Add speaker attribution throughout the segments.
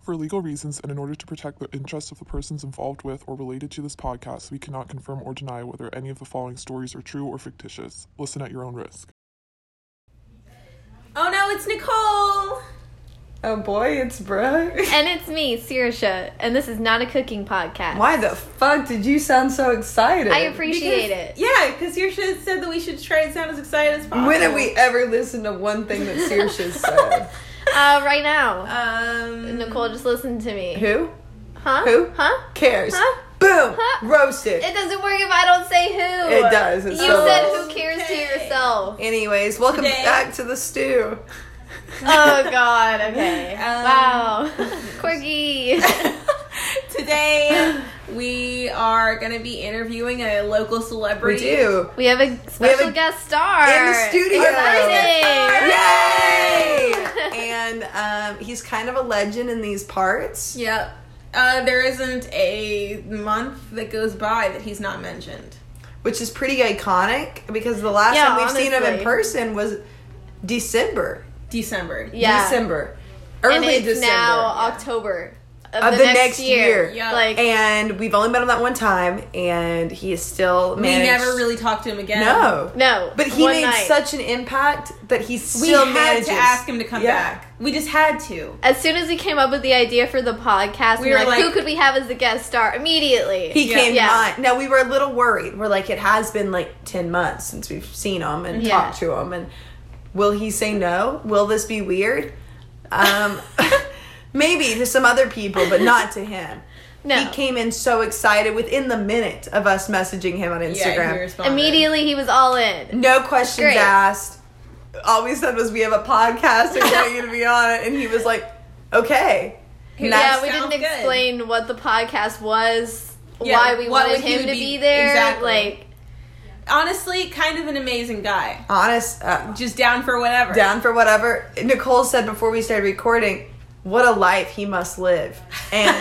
Speaker 1: For legal reasons and in order to protect the interests of the persons involved with or related to this podcast, we cannot confirm or deny whether any of the following stories are true or fictitious. Listen at your own risk.
Speaker 2: Oh no, it's Nicole!
Speaker 3: Oh boy, it's Brooke.
Speaker 2: And it's me, Sirisha, and this is not a cooking podcast.
Speaker 3: Why the fuck did you sound so excited?
Speaker 2: I appreciate it.
Speaker 4: Yeah, because Sirsha said that we should try and sound as excited as possible.
Speaker 3: When have we ever listened to one thing that Saoirse said?
Speaker 2: Uh, right now,
Speaker 4: Um,
Speaker 2: Nicole just listened to me.
Speaker 3: Who
Speaker 2: Huh?
Speaker 3: Who?
Speaker 2: Huh?
Speaker 3: cares?
Speaker 2: Huh?
Speaker 3: Boom!
Speaker 2: Huh?
Speaker 3: Roasted.
Speaker 2: It doesn't work if I don't say who.
Speaker 3: It does, it's
Speaker 2: you
Speaker 3: so
Speaker 2: said
Speaker 3: does.
Speaker 2: who cares to
Speaker 4: Okay.
Speaker 2: yourself.
Speaker 3: Anyways, welcome
Speaker 4: Today-
Speaker 3: back to the stew.
Speaker 2: Oh God. Okay.
Speaker 4: Um,
Speaker 2: wow. Quirky.
Speaker 4: today we are going to be interviewing a local
Speaker 3: We
Speaker 4: celebrity.
Speaker 3: do.
Speaker 2: We have a special guest star
Speaker 3: in the studio.
Speaker 2: Exciting.
Speaker 3: Yay! and um, he's kind of a legend in these parts.
Speaker 4: Yep. Uh, there isn't a month that goes by that he's not mentioned.
Speaker 3: which is pretty iconic because the last
Speaker 2: Yeah,
Speaker 3: time we've seen him in
Speaker 2: honestly.
Speaker 3: person was December.
Speaker 4: December.
Speaker 2: Yeah.
Speaker 3: December. Early
Speaker 2: and it's
Speaker 3: December.
Speaker 2: now October of,
Speaker 3: Of
Speaker 2: the, next, year.
Speaker 4: Yeah.
Speaker 2: Like
Speaker 3: and we've only met him that one time and he is still
Speaker 4: We
Speaker 3: managed-
Speaker 4: never really talked to him again.
Speaker 3: No.
Speaker 2: no,
Speaker 3: But he
Speaker 2: one
Speaker 3: made
Speaker 2: night.
Speaker 3: such an impact that he
Speaker 4: We
Speaker 3: still
Speaker 4: had
Speaker 3: manages.
Speaker 4: to ask him to come
Speaker 3: Yeah.
Speaker 4: back. We just had to.
Speaker 2: As soon as we came up with the idea for the podcast, we were like, "Who could we have as a guest star?" Immediately,
Speaker 3: He
Speaker 4: Yeah.
Speaker 3: came
Speaker 2: Yeah.
Speaker 3: to mind. Now we were a little worried. We're like, it has been like ten months since we've seen him and
Speaker 2: Yeah.
Speaker 3: talked to him, and will he say no? Will this be weird? Um, maybe to some other people, but not to him.
Speaker 2: No.
Speaker 3: He came in so excited within the minute of us messaging him on
Speaker 4: Yeah, he
Speaker 3: Instagram.
Speaker 4: responded.
Speaker 2: immediately he was all in.
Speaker 3: no questions
Speaker 2: Great.
Speaker 3: asked. All we said was, "We have a podcast. and We want you to be on it," and he was like, "Okay." And
Speaker 2: yeah,
Speaker 3: that's-
Speaker 2: we
Speaker 4: sounds
Speaker 2: didn't
Speaker 4: good.
Speaker 2: explain what the podcast was,
Speaker 4: Yeah,
Speaker 2: why we
Speaker 4: what
Speaker 2: wanted
Speaker 4: would he
Speaker 2: him to
Speaker 4: be-
Speaker 2: be, there.
Speaker 4: exactly.
Speaker 2: Like,
Speaker 4: Honestly, kind of an amazing guy.
Speaker 3: honest. Uh,
Speaker 4: Just down for whatever.
Speaker 3: down for whatever. Nicole said before we started recording, what a life he must live. And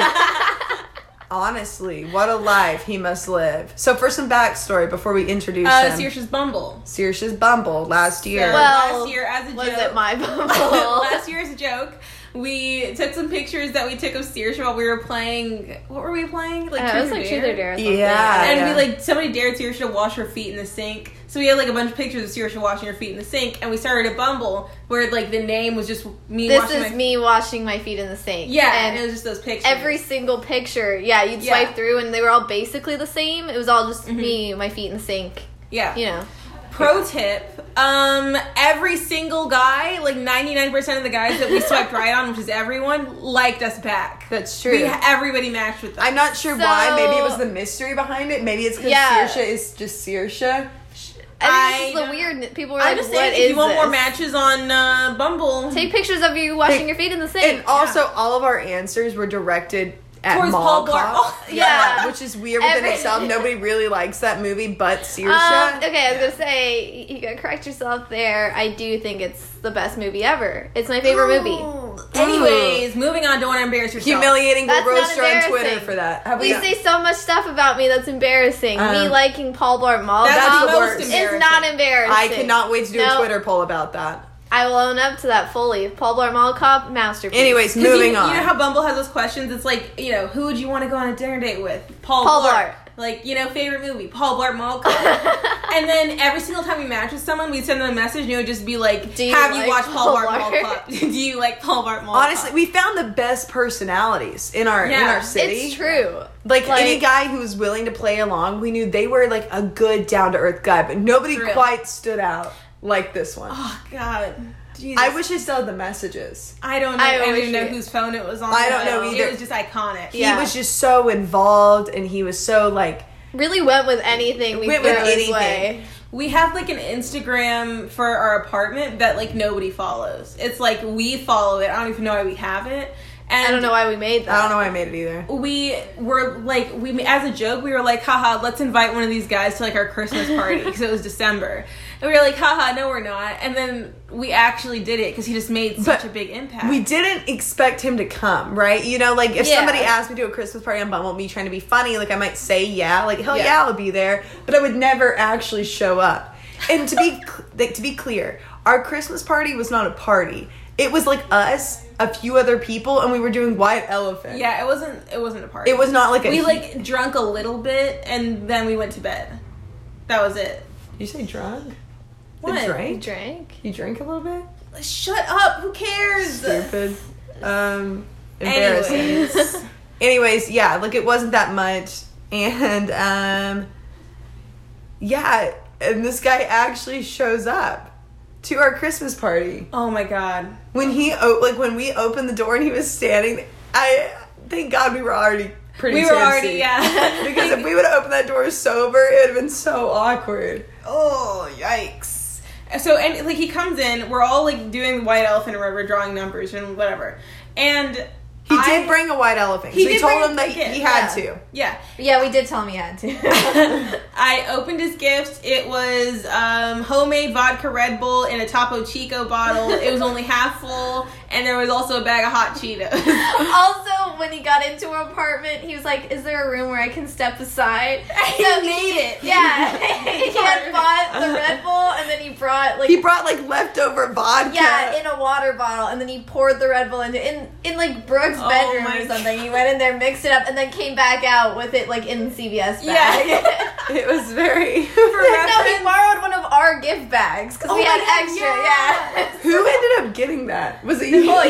Speaker 3: honestly, what a life he must live. So for some backstory before we introduce
Speaker 2: Oh,
Speaker 4: Uh,
Speaker 3: him.
Speaker 4: Saoirse's Bumble.
Speaker 3: Saoirse's Bumble last year.
Speaker 4: Well-
Speaker 2: well,
Speaker 4: last year as a
Speaker 2: was
Speaker 4: joke-
Speaker 2: it my bubble?
Speaker 4: last year's joke. We took some pictures that we took of Sears while we were playing. What were we playing? Like,
Speaker 2: Yeah, Uh, it was like truth or dare. or something.
Speaker 3: Yeah.
Speaker 4: And we like somebody dared Sears to wash her feet in the sink. So we had like a bunch of pictures of Sears washing her feet in the sink, and we started a Bumble where like the name was just me.
Speaker 2: This
Speaker 4: washing
Speaker 2: is
Speaker 4: my-
Speaker 2: me washing my feet in the sink.
Speaker 4: Yeah, and,
Speaker 2: and
Speaker 4: it was just those pictures.
Speaker 2: every single picture, yeah, you'd
Speaker 4: Yeah. Mm-hmm.
Speaker 2: swipe through, and they were all basically the same. It was all just me, my feet in the sink.
Speaker 4: yeah.
Speaker 2: You know,
Speaker 4: Pro tip: um, every single guy, like ninety nine percent of the guys that we swiped right on, which is everyone, liked us back.
Speaker 3: That's true.
Speaker 4: We, everybody matched with us.
Speaker 3: I'm not sure why. Maybe it was
Speaker 2: So-
Speaker 3: the mystery behind it. Maybe it's because
Speaker 2: Yeah.
Speaker 3: Saoirse is just Saoirse.
Speaker 2: I think
Speaker 4: I
Speaker 2: this is
Speaker 4: don't-
Speaker 2: the weird. People were
Speaker 4: I'm
Speaker 2: like,
Speaker 4: just
Speaker 2: "What
Speaker 4: saying, if
Speaker 2: is
Speaker 4: you want more
Speaker 2: this?"
Speaker 4: matches on uh, Bumble,
Speaker 2: Take pictures of you washing
Speaker 3: Hey,
Speaker 2: your feet in the sink.
Speaker 3: And also, all of our answers were directed at
Speaker 4: Towards
Speaker 3: mall
Speaker 4: Paul Blart.
Speaker 3: cops.
Speaker 4: Oh,
Speaker 2: yeah.
Speaker 3: which is weird within
Speaker 2: Every-
Speaker 3: itself. Nobody really likes that movie, but Saoirse.
Speaker 2: Um, okay, I was gonna say you gotta correct yourself there. I do think it's the best movie ever. It's my favorite movie.
Speaker 4: Anyways, moving on. Don't want to embarrass yourself.
Speaker 3: Humiliating. We'll
Speaker 2: That's
Speaker 3: roast
Speaker 2: not
Speaker 3: her on Twitter
Speaker 2: embarrassing.
Speaker 3: for that. Have
Speaker 2: We
Speaker 3: not-
Speaker 2: say so much stuff about me that's embarrassing. me
Speaker 3: Um,
Speaker 2: liking Paul Blart Mall
Speaker 4: That's
Speaker 3: That's
Speaker 2: Cop
Speaker 3: the
Speaker 4: the most
Speaker 3: worst.
Speaker 4: embarrassing.
Speaker 2: is not embarrassing.
Speaker 3: I cannot wait to do
Speaker 2: No,
Speaker 3: a Twitter poll about that.
Speaker 2: I will own up to that fully. Paul Blart Mall Cop masterpiece.
Speaker 3: Anyways,
Speaker 4: 'Cause
Speaker 3: moving
Speaker 4: you,
Speaker 3: on.
Speaker 4: You know how Bumble has those questions? It's like, you know, who would you want to go on a dinner date with? Paul,
Speaker 2: Paul Blart.
Speaker 4: Like, you know, favorite movie, Paul Blart Mall Cop. and then every single time we match with someone, we'd send them a message and it would just be like,
Speaker 2: Do you
Speaker 4: have
Speaker 2: like
Speaker 4: you watched Paul,
Speaker 2: Paul
Speaker 4: Blart Mall
Speaker 2: Blart?
Speaker 4: Cop? Do you like Paul Blart Mall
Speaker 3: Honestly,
Speaker 4: Cop?
Speaker 3: we found the best personalities in our in
Speaker 4: Yeah,
Speaker 3: our city.
Speaker 2: it's true.
Speaker 3: Like,
Speaker 2: Like-
Speaker 3: any guy who was willing to play along, we knew they were like a good down to earth guy, but nobody
Speaker 4: True.
Speaker 3: quite stood out like this one.
Speaker 4: Oh, God. Jesus.
Speaker 3: I wish I still had the messages.
Speaker 4: I don't know.
Speaker 2: I
Speaker 4: I, don't
Speaker 2: wish
Speaker 4: even know
Speaker 2: you-
Speaker 4: whose phone it was on.
Speaker 3: I don't know
Speaker 4: but
Speaker 3: either.
Speaker 4: It was just iconic.
Speaker 2: Yeah.
Speaker 3: He was just so involved, and he was so like
Speaker 2: Really went with anything we
Speaker 3: Went
Speaker 2: threw
Speaker 3: with
Speaker 2: his
Speaker 3: anything.
Speaker 2: way.
Speaker 4: We have like an Instagram for our apartment that like nobody follows. It's like we follow it. I don't even know why we have it. And
Speaker 2: I don't know why we made that.
Speaker 3: I don't know why I made it either.
Speaker 4: we were like we as a joke we were like haha let's invite one of these guys to like our christmas party because it was december and we were like haha no we're not and then we actually did it because he just made such
Speaker 3: But
Speaker 4: a big impact
Speaker 3: We didn't expect him to come, right? You know, like if
Speaker 2: Yeah.
Speaker 3: somebody asked me to do a Christmas party on Bumble, me trying to be funny, like I might say yeah, like hell
Speaker 2: Yeah.
Speaker 3: yeah, I'll be there, but I would never actually show up. And to be cl- like, to be clear, our Christmas party was not a party. It was like us, a few other people, and we were doing White Elephant.
Speaker 4: Yeah, it wasn't. It wasn't a party.
Speaker 3: It was not like a.
Speaker 4: We like drunk a little bit and then we went to bed. That was it.
Speaker 3: You say drunk?
Speaker 4: What?
Speaker 3: You drank?
Speaker 2: Drank.
Speaker 3: You drank a little bit?
Speaker 4: Shut up! Who cares?
Speaker 3: Stupid. Um, embarrassing.
Speaker 4: Anyways,
Speaker 3: Anyways, yeah, like it wasn't that much. And um yeah, and this guy actually shows up to our Christmas party.
Speaker 4: oh my god.
Speaker 3: When he o- like when we opened the door and he was standing, I thank God we were already pretty
Speaker 4: We were
Speaker 3: tipsy.
Speaker 4: already yeah.
Speaker 3: because if we would have opened that door sober, it would have been so awkward.
Speaker 4: Oh, yikes. So, and like he comes in, we're all like doing the white elephant or whatever, drawing numbers and whatever. And
Speaker 3: He
Speaker 4: I-
Speaker 3: did bring a white elephant.
Speaker 4: He
Speaker 3: so we
Speaker 4: did
Speaker 3: told
Speaker 4: bring a
Speaker 3: him that
Speaker 4: ticket,
Speaker 3: he had
Speaker 2: yeah.
Speaker 3: to.
Speaker 4: Yeah.
Speaker 2: Yeah, we did tell him he had to.
Speaker 4: I opened his gift. It was um, homemade vodka Red Bull in a Topo Chico bottle. It was only half full, and there was also a bag of hot Cheetos.
Speaker 2: also, when he got into our apartment, he was like, "Is there a room where I can step aside?"
Speaker 4: He made it.
Speaker 2: Yeah, he had bought the Red Bull, and then he brought like
Speaker 3: He brought like leftover vodka.
Speaker 2: yeah in a water bottle, and then he poured the Red Bull into in in like Brooke's
Speaker 4: Oh
Speaker 2: bedroom
Speaker 4: my
Speaker 2: or something. He went in there, mixed it up, and then came back out with it like in the CVS bag.
Speaker 4: Yeah.
Speaker 3: it was very
Speaker 4: For
Speaker 2: no,
Speaker 4: reference,
Speaker 2: he borrowed one of our gift bags because we
Speaker 4: Oh my
Speaker 2: had
Speaker 4: God,
Speaker 2: extra.
Speaker 4: yeah.
Speaker 2: Yeah.
Speaker 3: Who ended up getting that? Was it you?
Speaker 2: oh yeah,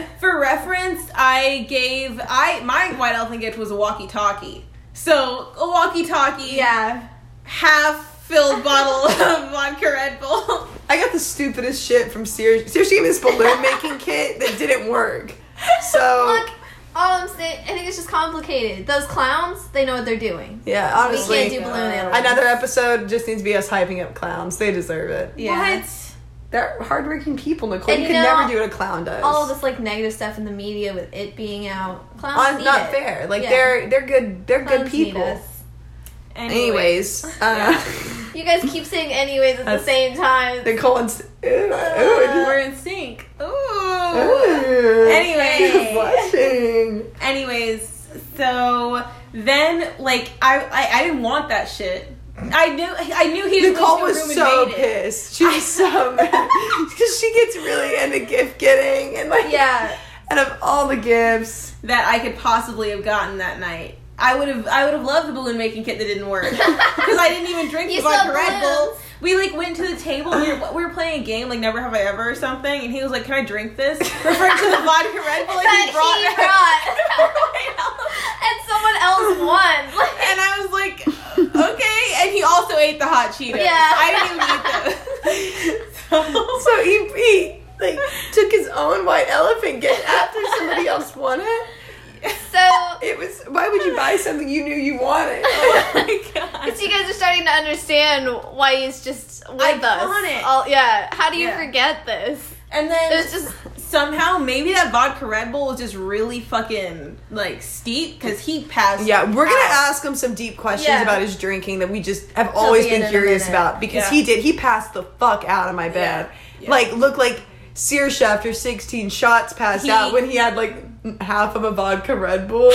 Speaker 2: yeah.
Speaker 4: for reference, I gave I my white elephant gift was a walkie-talkie. So a walkie-talkie,
Speaker 2: Yeah.
Speaker 4: half-filled bottle of vodka Red Bull.
Speaker 3: I got the stupidest shit from Sears. Sears gave me this balloon making kit that didn't work. So
Speaker 2: Look, all I'm saying, I think it's just complicated. Those clowns, they know what they're doing.
Speaker 3: yeah,
Speaker 2: We
Speaker 3: honestly,
Speaker 2: can't do balloon animals.
Speaker 3: another episode just needs to be us hyping up clowns. They deserve it.
Speaker 2: Yeah.
Speaker 4: What?
Speaker 3: They're hardworking people, Nicole.
Speaker 2: And
Speaker 3: you
Speaker 2: you
Speaker 3: can
Speaker 2: know,
Speaker 3: never do what a clown does.
Speaker 2: All of this like negative stuff in the media with it being out. Clowns
Speaker 3: On,
Speaker 2: need
Speaker 3: not
Speaker 2: it.
Speaker 3: fair. Like
Speaker 2: Yeah.
Speaker 3: they're they're good. They're
Speaker 2: Clowns
Speaker 3: good
Speaker 2: need
Speaker 3: people.
Speaker 2: us.
Speaker 3: Anyways, uh,
Speaker 2: You guys keep saying anyways at the
Speaker 3: That's-
Speaker 2: same time.
Speaker 3: Nicole and S- Ew, ew,
Speaker 4: we're
Speaker 3: I
Speaker 4: in sync. Ooh.
Speaker 3: just- ew.
Speaker 4: Anyway.
Speaker 3: blushing.
Speaker 4: Anyways, so then like I, I I didn't want that shit. I knew I knew he was
Speaker 3: Nicole
Speaker 4: going to a room
Speaker 3: was so
Speaker 4: and made it.
Speaker 3: pissed. She was so mad because she gets really into gift getting and like
Speaker 2: yeah.
Speaker 3: Out of all the gifts,
Speaker 4: that I could possibly have gotten that night. I would have I would have loved the balloon making kit that didn't work because I didn't even drink
Speaker 2: You
Speaker 4: the vodka
Speaker 2: saw
Speaker 4: Red Bull.
Speaker 2: balloons.
Speaker 4: We like went to the table. We were, we were playing a game like Never Have I Ever or something, and he was like, "Can I drink this?" Referring to the vodka Red Bull
Speaker 2: That
Speaker 4: that he brought.
Speaker 2: he brought. and someone else won. Like,
Speaker 4: and I was like, "Okay." And he also ate the hot Cheetos.
Speaker 2: Yeah.
Speaker 4: I didn't even eat those. oh
Speaker 3: so he, he like took his own white elephant gift after somebody else won it.
Speaker 2: so
Speaker 3: It was why would you buy something you knew you wanted?
Speaker 4: oh my god.
Speaker 2: So you guys are starting to understand why he's just with
Speaker 4: Iconic.
Speaker 2: us. All, yeah. How do you
Speaker 4: Yeah.
Speaker 2: forget this?
Speaker 4: And then
Speaker 2: It was just
Speaker 4: somehow maybe that vodka Red Bull was just really fucking like steep because he passed.
Speaker 3: Yeah, we're gonna
Speaker 4: out.
Speaker 3: ask him some deep questions
Speaker 2: Yeah.
Speaker 3: about his drinking that we just have always
Speaker 2: the
Speaker 3: been
Speaker 2: end in a
Speaker 3: curious
Speaker 2: minute.
Speaker 3: about because
Speaker 4: Yeah.
Speaker 3: he did he passed the fuck out of my bed,
Speaker 4: Yeah.
Speaker 3: like looked like Searsha after sixteen shots passed
Speaker 4: He-
Speaker 3: out when he had like half of a vodka Red Bull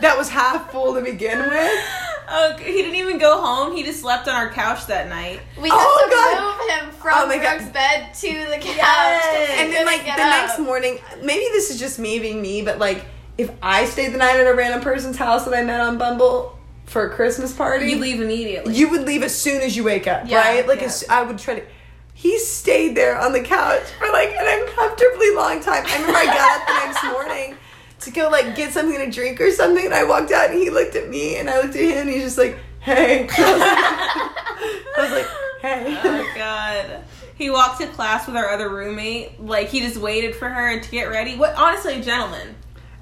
Speaker 3: that was half full to begin with.
Speaker 4: Oh, he didn't even go home. He just slept on our couch that night.
Speaker 2: we
Speaker 3: Oh
Speaker 2: had to
Speaker 3: God.
Speaker 2: move him from
Speaker 3: Oh my God.
Speaker 2: Brooke's bed to the couch,
Speaker 4: Yes.
Speaker 3: and then like the
Speaker 2: Get up.
Speaker 3: next morning maybe this is just me being me but like if i stayed the night at a random person's house that i met on bumble for a christmas party
Speaker 4: You leave immediately.
Speaker 3: you would leave as soon as you wake up
Speaker 4: Yeah,
Speaker 3: right like
Speaker 4: yeah.
Speaker 3: as, i would try to he stayed there on the couch for like an uncomfortably long time i remember i got up the next morning to go like get something to drink or something and i walked out and he looked at me and i looked at him and he's just like hey i was like hey
Speaker 4: oh god. He walked to class with our other roommate. Like he just waited for her to get ready. What? Honestly, a gentleman.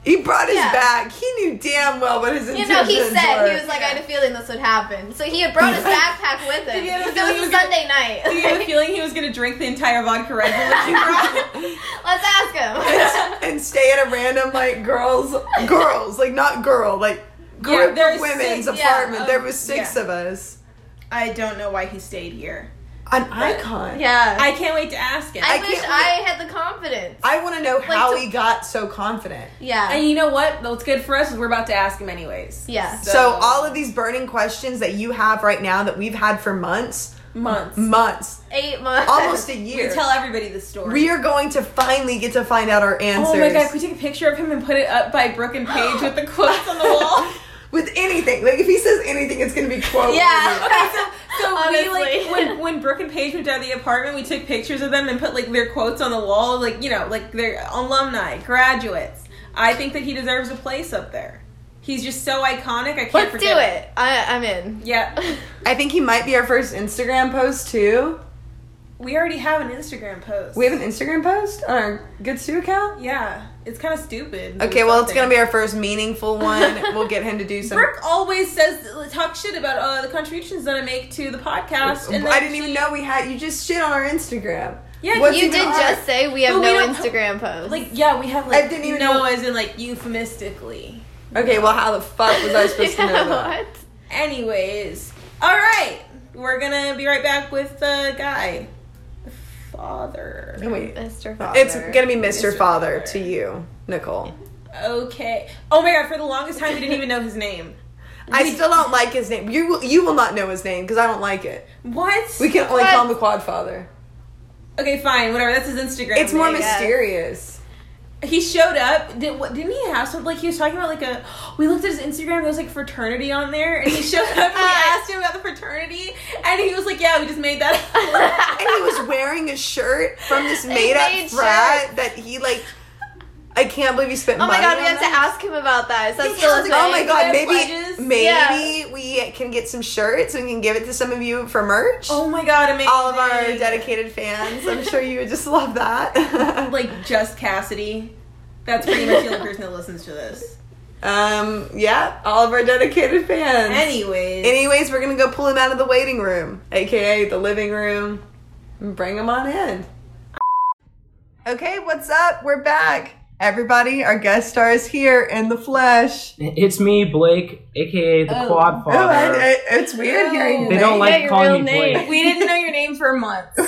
Speaker 3: He brought his
Speaker 2: Yeah.
Speaker 3: bag. He knew damn well what his
Speaker 2: You
Speaker 3: intentions
Speaker 2: know, he said
Speaker 3: were.
Speaker 2: he was like, I had a feeling this would happen. So he had brought his backpack with him
Speaker 4: Did he have a
Speaker 2: because
Speaker 4: feeling
Speaker 2: it
Speaker 4: he
Speaker 2: was
Speaker 4: was
Speaker 2: a
Speaker 4: gonna-
Speaker 2: Sunday night.
Speaker 4: Did you have a feeling he was gonna drink the entire vodka Red Bull that you brought?
Speaker 2: Let's ask him.
Speaker 3: and stay at a random like girls, girls like not girl like
Speaker 4: Yeah,
Speaker 3: group
Speaker 4: there's
Speaker 3: of women's
Speaker 4: six-
Speaker 2: yeah,
Speaker 3: apartment.
Speaker 4: um,
Speaker 3: there was six
Speaker 4: yeah.
Speaker 3: of us.
Speaker 4: I don't know why he stayed here.
Speaker 3: An icon.
Speaker 2: Yeah. I,
Speaker 4: I can't wait to ask him.
Speaker 3: I
Speaker 2: wish
Speaker 3: can't
Speaker 2: I had the confidence.
Speaker 3: I want to know how
Speaker 2: to-
Speaker 3: he got so confident.
Speaker 2: yeah.
Speaker 4: And you know what? What's good for us is we're about to ask him anyways.
Speaker 2: yeah.
Speaker 3: So, all of these burning questions that you have right now that we've had for months,
Speaker 4: months.
Speaker 3: months,
Speaker 2: Eight months.
Speaker 3: almost a
Speaker 4: We
Speaker 3: year.
Speaker 4: tell everybody the story.
Speaker 3: we are going to finally get to find out our answers.
Speaker 4: Oh my god, can we take a picture of him and put it up by Brooke and Paige with the quotes on the wall?
Speaker 3: With anything, like if he says anything, it's gonna be quote.
Speaker 2: Yeah.
Speaker 4: Okay, so so we
Speaker 2: Honestly.
Speaker 4: like when when Brooke and Paige moved out of the apartment, we took pictures of them and put like their quotes on the wall, like you know, like their alumni, graduates. I think that he deserves a place up there. He's just so iconic. I can't
Speaker 2: Let's do
Speaker 4: forget him.
Speaker 2: it. I, I'm in.
Speaker 4: Yeah,
Speaker 3: I think he might be our first Instagram post too.
Speaker 4: we already have an Instagram post.
Speaker 3: We have an Instagram post on our Good Stew account.
Speaker 4: yeah, it's kind of stupid.
Speaker 3: Okay, well, it's gonna be our first meaningful one. we'll get him to do some.
Speaker 4: Brooke always says talk shit about uh, the contributions that I make to the podcast. And then
Speaker 3: I didn't
Speaker 4: she-
Speaker 3: even know we had. You just shit on our Instagram.
Speaker 4: Yeah,
Speaker 3: What's
Speaker 2: You
Speaker 3: even
Speaker 2: did
Speaker 3: on our-
Speaker 2: just say we have
Speaker 4: But we
Speaker 2: no
Speaker 4: don't-
Speaker 2: Instagram posts.
Speaker 4: Like yeah, we have like
Speaker 3: I didn't even
Speaker 4: no
Speaker 3: know-
Speaker 4: as in like euphemistically.
Speaker 3: Okay, well, how the fuck was I supposed to know
Speaker 2: Yeah,
Speaker 3: that?
Speaker 2: what?
Speaker 4: Anyways, all right, we're gonna be right back with the guy, the father.
Speaker 3: Wait,
Speaker 2: Mr. Father.
Speaker 3: it's gonna be Mr.
Speaker 4: Mr.
Speaker 3: Father
Speaker 4: Father.
Speaker 3: to you, Nicole.
Speaker 4: Okay. Oh my god! For the longest time, we didn't even know his name.
Speaker 3: I still don't like his name. You will- you will not know his name because I don't like it.
Speaker 4: What?
Speaker 3: We can only call him
Speaker 2: What?
Speaker 3: the Quad Father.
Speaker 4: okay, fine, whatever. That's his Instagram.
Speaker 3: It's more
Speaker 4: name.
Speaker 2: guess.
Speaker 3: mysterious.
Speaker 4: He showed up. Did, what, didn't he have something? Like he was talking about like a. We looked at his Instagram. There was like fraternity on there, and he showed up. and we asked him about the fraternity, and he was like, "Yeah, we just made that." up."
Speaker 3: And he was wearing a shirt from this
Speaker 2: A
Speaker 3: made
Speaker 2: made
Speaker 3: up frat
Speaker 2: shirt.
Speaker 3: that he like. I can't believe he spent.
Speaker 2: Oh my
Speaker 3: money
Speaker 2: god, we
Speaker 3: on
Speaker 2: have to
Speaker 3: that.
Speaker 2: ask him about that. Is that
Speaker 4: He
Speaker 2: still a
Speaker 4: has
Speaker 2: thing?
Speaker 4: to
Speaker 3: Oh my
Speaker 4: Right,
Speaker 3: god,
Speaker 4: we have
Speaker 3: maybe
Speaker 4: pledges.
Speaker 3: maybe we can get some shirts and we can give it to some of you for merch.
Speaker 4: oh my god! Amazing.
Speaker 3: All of our dedicated fans. I'm sure you would just love that.
Speaker 4: like just Cassidy. That's pretty much the only person that listens to this.
Speaker 3: um, yeah, all of our dedicated fans.
Speaker 4: Anyways,
Speaker 3: Anyways, we're gonna go pull him out of the waiting room, aka the living room, and bring him on in. Okay, what's up? We're back. Everybody, our guest star is here in the flesh.
Speaker 5: It's me, Blake, aka the
Speaker 4: Oh.
Speaker 5: Quad
Speaker 3: Oh, I,
Speaker 5: Father.
Speaker 3: I- it's weird hearing your
Speaker 5: they
Speaker 3: name.
Speaker 5: don't
Speaker 2: Yeah,
Speaker 5: like
Speaker 2: your
Speaker 5: calling
Speaker 2: real
Speaker 5: me
Speaker 2: name.
Speaker 5: Blake.
Speaker 4: we didn't know your name for months.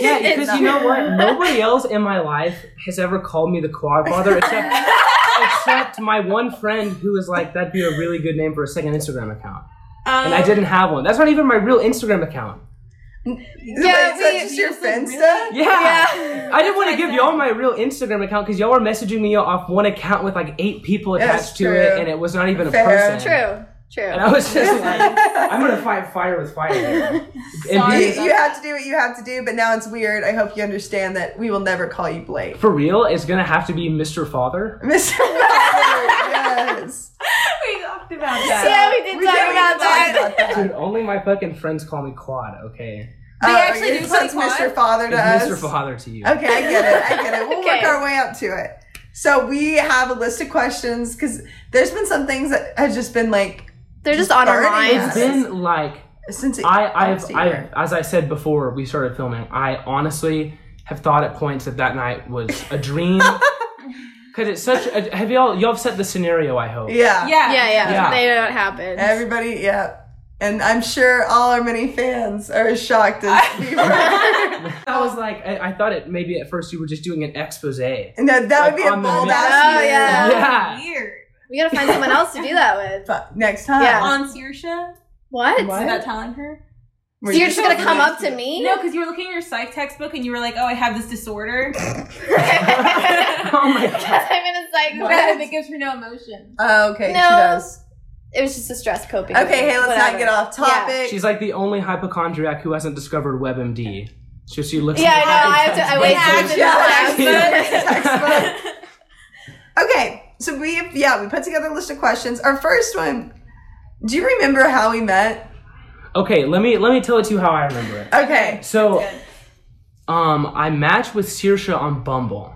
Speaker 5: Yeah, because you know what? Nobody else in my life has ever called me the Quad Father except except my one friend who was like, "That'd be a really good name for a second Instagram account," and
Speaker 2: Um,
Speaker 5: I didn't have one. That's not even my real Instagram account.
Speaker 3: Wait,
Speaker 2: Yeah,
Speaker 3: is that
Speaker 2: we-
Speaker 3: just
Speaker 2: we
Speaker 3: your
Speaker 4: just, like,
Speaker 3: Finsta?
Speaker 4: really-
Speaker 5: Yeah,
Speaker 2: Yeah.
Speaker 5: I didn't want to give y'all my real Instagram account because y'all were messaging me off one account with like eight people
Speaker 3: That's
Speaker 5: attached to
Speaker 3: true.
Speaker 5: it, and it was not even a
Speaker 3: Fair.
Speaker 5: person.
Speaker 2: True. True.
Speaker 5: And I was just like, "I'm gonna fight fire with fire." here." And
Speaker 4: Sorry.
Speaker 5: being-
Speaker 3: you, you have to do what you have to do, but now it's weird. I hope you understand that we will never call you Blake.
Speaker 5: for real it's gonna have to be mr father
Speaker 3: Mr. Mather, yes.
Speaker 4: we talked about
Speaker 2: yeah, we did
Speaker 3: We
Speaker 2: talk
Speaker 3: don't
Speaker 2: about
Speaker 3: even talk
Speaker 2: that.
Speaker 3: about that.
Speaker 5: dude only my fucking friends call me quad okay
Speaker 4: They
Speaker 3: Oh,
Speaker 4: actually
Speaker 3: it
Speaker 4: do
Speaker 3: sounds
Speaker 4: say
Speaker 3: Mr.
Speaker 4: quad?
Speaker 3: Father to
Speaker 5: it's
Speaker 3: us.
Speaker 5: mr father to you
Speaker 3: Okay, I get it. I get it. We'll
Speaker 2: Okay.
Speaker 3: work our way up to it. So we have a list of questions because there's been some things that has just been like
Speaker 2: They're just on our
Speaker 3: Starting
Speaker 2: minds.
Speaker 5: it's
Speaker 3: us.
Speaker 5: been like
Speaker 3: since
Speaker 5: i i've
Speaker 3: since a
Speaker 5: i
Speaker 3: year.
Speaker 5: as i said before we started filming i honestly have thought at points that that night was a dream because it's such a, have y'all y'all have set the scenario i hope
Speaker 3: yeah
Speaker 4: Yeah,
Speaker 2: Yeah, yeah,
Speaker 5: Yeah.
Speaker 2: They don't happen.
Speaker 3: everybody yeah. And I'm sure all our many fans are as shocked as we were.
Speaker 5: i was like I, I thought it maybe at first you were just doing an expose yeah
Speaker 3: And that, that would be
Speaker 5: Like
Speaker 3: a
Speaker 5: on the
Speaker 3: bold
Speaker 5: next-
Speaker 3: ass
Speaker 2: Oh,
Speaker 3: year.
Speaker 2: yeah.
Speaker 4: Weird.
Speaker 2: we gotta find someone else to do that with.
Speaker 3: But next time.
Speaker 2: Yeah.
Speaker 4: On Searsha,
Speaker 2: What?
Speaker 5: What?
Speaker 4: without telling her.
Speaker 2: So you're just gonna come up to me?
Speaker 4: No, because you were looking at your psych textbook and you were like, "Oh, I have this disorder."
Speaker 5: oh my god
Speaker 2: I'm in a
Speaker 4: That
Speaker 2: psychopath.
Speaker 4: it gives her no emotion.
Speaker 3: Oh, okay, she
Speaker 2: No.
Speaker 3: does.
Speaker 2: It was just a stress coping.
Speaker 3: Okay, hey, let's
Speaker 2: Whatever.
Speaker 3: not get off topic.
Speaker 5: she's like the only hypochondriac who hasn't discovered webmd so she looks
Speaker 2: Yeah, I
Speaker 5: at the
Speaker 2: know. I have to. I wait
Speaker 3: Yeah,
Speaker 2: for
Speaker 3: yeah.
Speaker 2: the class.
Speaker 3: Textbook. Okay, so we have, yeah, we put together a list of questions. Our first one, do you remember how we met?
Speaker 5: Okay, let me let me tell it to you how I remember it.
Speaker 3: Okay,
Speaker 5: So, um, I matched with Saoirse on Bumble.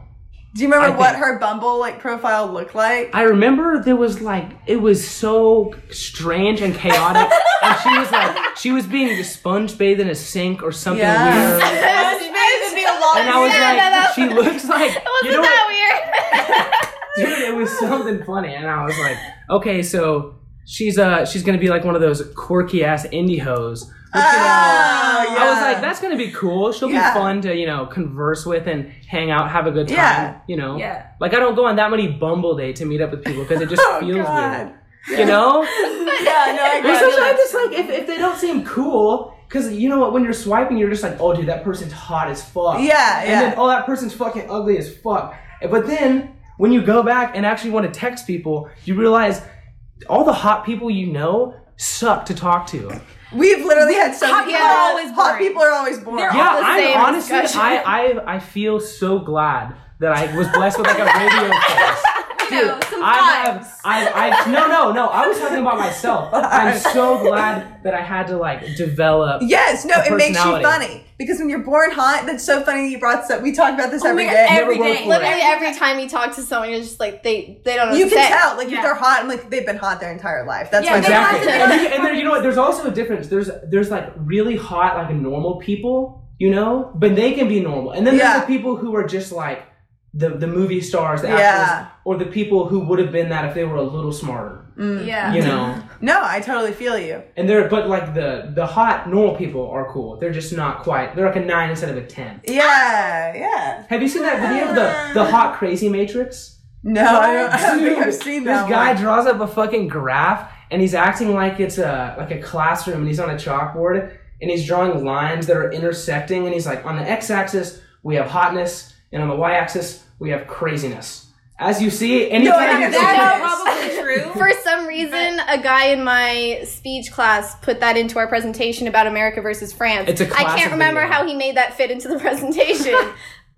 Speaker 3: do you remember
Speaker 5: I
Speaker 3: what
Speaker 5: think-
Speaker 3: her Bumble like profile looked like?
Speaker 5: I remember there was like it was so strange and chaotic, and she was like she was being sponge bathed in a sink or something
Speaker 3: Yeah.
Speaker 5: weird.
Speaker 4: It would be a long
Speaker 5: And I was
Speaker 2: Yeah, that-
Speaker 5: like, she looks like you
Speaker 2: Wasn't
Speaker 5: know what,
Speaker 2: that
Speaker 5: dude. It was something funny, and I was like, okay, so she's uh she's gonna be like one of those quirky ass indie hoes. Which, you
Speaker 3: Oh,
Speaker 5: know, I was like, that's gonna be cool. She'll
Speaker 3: Yeah.
Speaker 5: be fun to, you know, converse with and hang out, have a good time.
Speaker 3: Yeah.
Speaker 5: You know?
Speaker 4: Yeah.
Speaker 5: Like I don't go on that many bumble dates to meet up with people because it just
Speaker 3: Oh,
Speaker 5: feels
Speaker 3: God.
Speaker 5: weird. You know?
Speaker 3: yeah, no, I
Speaker 5: Or
Speaker 3: got it.
Speaker 5: Sometimes it's like if, if they don't seem cool, Because you know what? When you're swiping, you're just like, oh, dude, that person's hot as fuck.
Speaker 3: Yeah,
Speaker 5: And
Speaker 3: yeah.
Speaker 5: then, oh, that person's fucking ugly as fuck. But then, when you go back and actually want to text people, you realize all the hot people you know suck to talk to.
Speaker 3: We've literally had so
Speaker 4: Hot
Speaker 3: many
Speaker 4: people are
Speaker 3: hot-
Speaker 4: always
Speaker 3: hot
Speaker 4: boring.
Speaker 3: people are always boring.
Speaker 5: yeah,
Speaker 2: the
Speaker 5: I'm
Speaker 2: same
Speaker 5: honestly,
Speaker 2: discussion.
Speaker 5: I, I I feel so glad that I was blessed with like a radio face.
Speaker 4: You know, some
Speaker 5: I
Speaker 4: vibes.
Speaker 5: have, I, I, no, no, no. I was talking about myself. I'm so glad that I had to like develop.
Speaker 3: Yes, no,
Speaker 5: A
Speaker 3: it makes you
Speaker 5: personality.
Speaker 3: funny because when you're born hot, that's so funny. that You brought this up. We talk about this every
Speaker 4: my
Speaker 3: day.
Speaker 4: God, every
Speaker 5: Never
Speaker 4: day.
Speaker 5: worked for it.
Speaker 2: Literally every time you talk to someone, you're just like they they don't know.
Speaker 3: you
Speaker 2: what to
Speaker 3: can
Speaker 2: say.
Speaker 3: tell, like if
Speaker 4: Yeah.
Speaker 3: they're hot, I'm like they've been hot their entire life. That's
Speaker 4: Yeah,
Speaker 3: why
Speaker 4: they have
Speaker 3: exactly.
Speaker 5: Exactly.
Speaker 4: to-
Speaker 5: And, then- and there, you know what? There's also a difference. There's there's like really hot, like normal people, you know, but they can be normal. And then
Speaker 3: Yeah.
Speaker 5: there's the people who are just like the the movie stars, the
Speaker 3: Yeah.
Speaker 5: actors, or the people who would have been that if they were a little smarter,
Speaker 4: yeah.
Speaker 5: you know.
Speaker 3: No, I totally feel you.
Speaker 5: And they're but like the the hot normal people are cool. They're just not quite. They're like a nine instead of a ten.
Speaker 3: Yeah, yeah.
Speaker 5: Have you seen that video of the the hot crazy matrix?
Speaker 3: No, I don't, I don't think
Speaker 5: Dude,
Speaker 3: I've seen
Speaker 5: this
Speaker 3: that.
Speaker 5: guy
Speaker 3: one.
Speaker 5: draws up a fucking graph and he's acting like it's a like a classroom and he's on a chalkboard and he's drawing lines that are intersecting and he's like on the x-axis we have hotness and on the y-axis we have craziness. As you see, anytime
Speaker 3: I
Speaker 5: you
Speaker 3: know.
Speaker 4: That's probably true.
Speaker 2: For some reason, a guy in my speech class put that into our presentation about America versus France.
Speaker 5: It's a
Speaker 2: I
Speaker 5: classic
Speaker 2: can't remember
Speaker 5: video.
Speaker 2: how he made that fit into the presentation,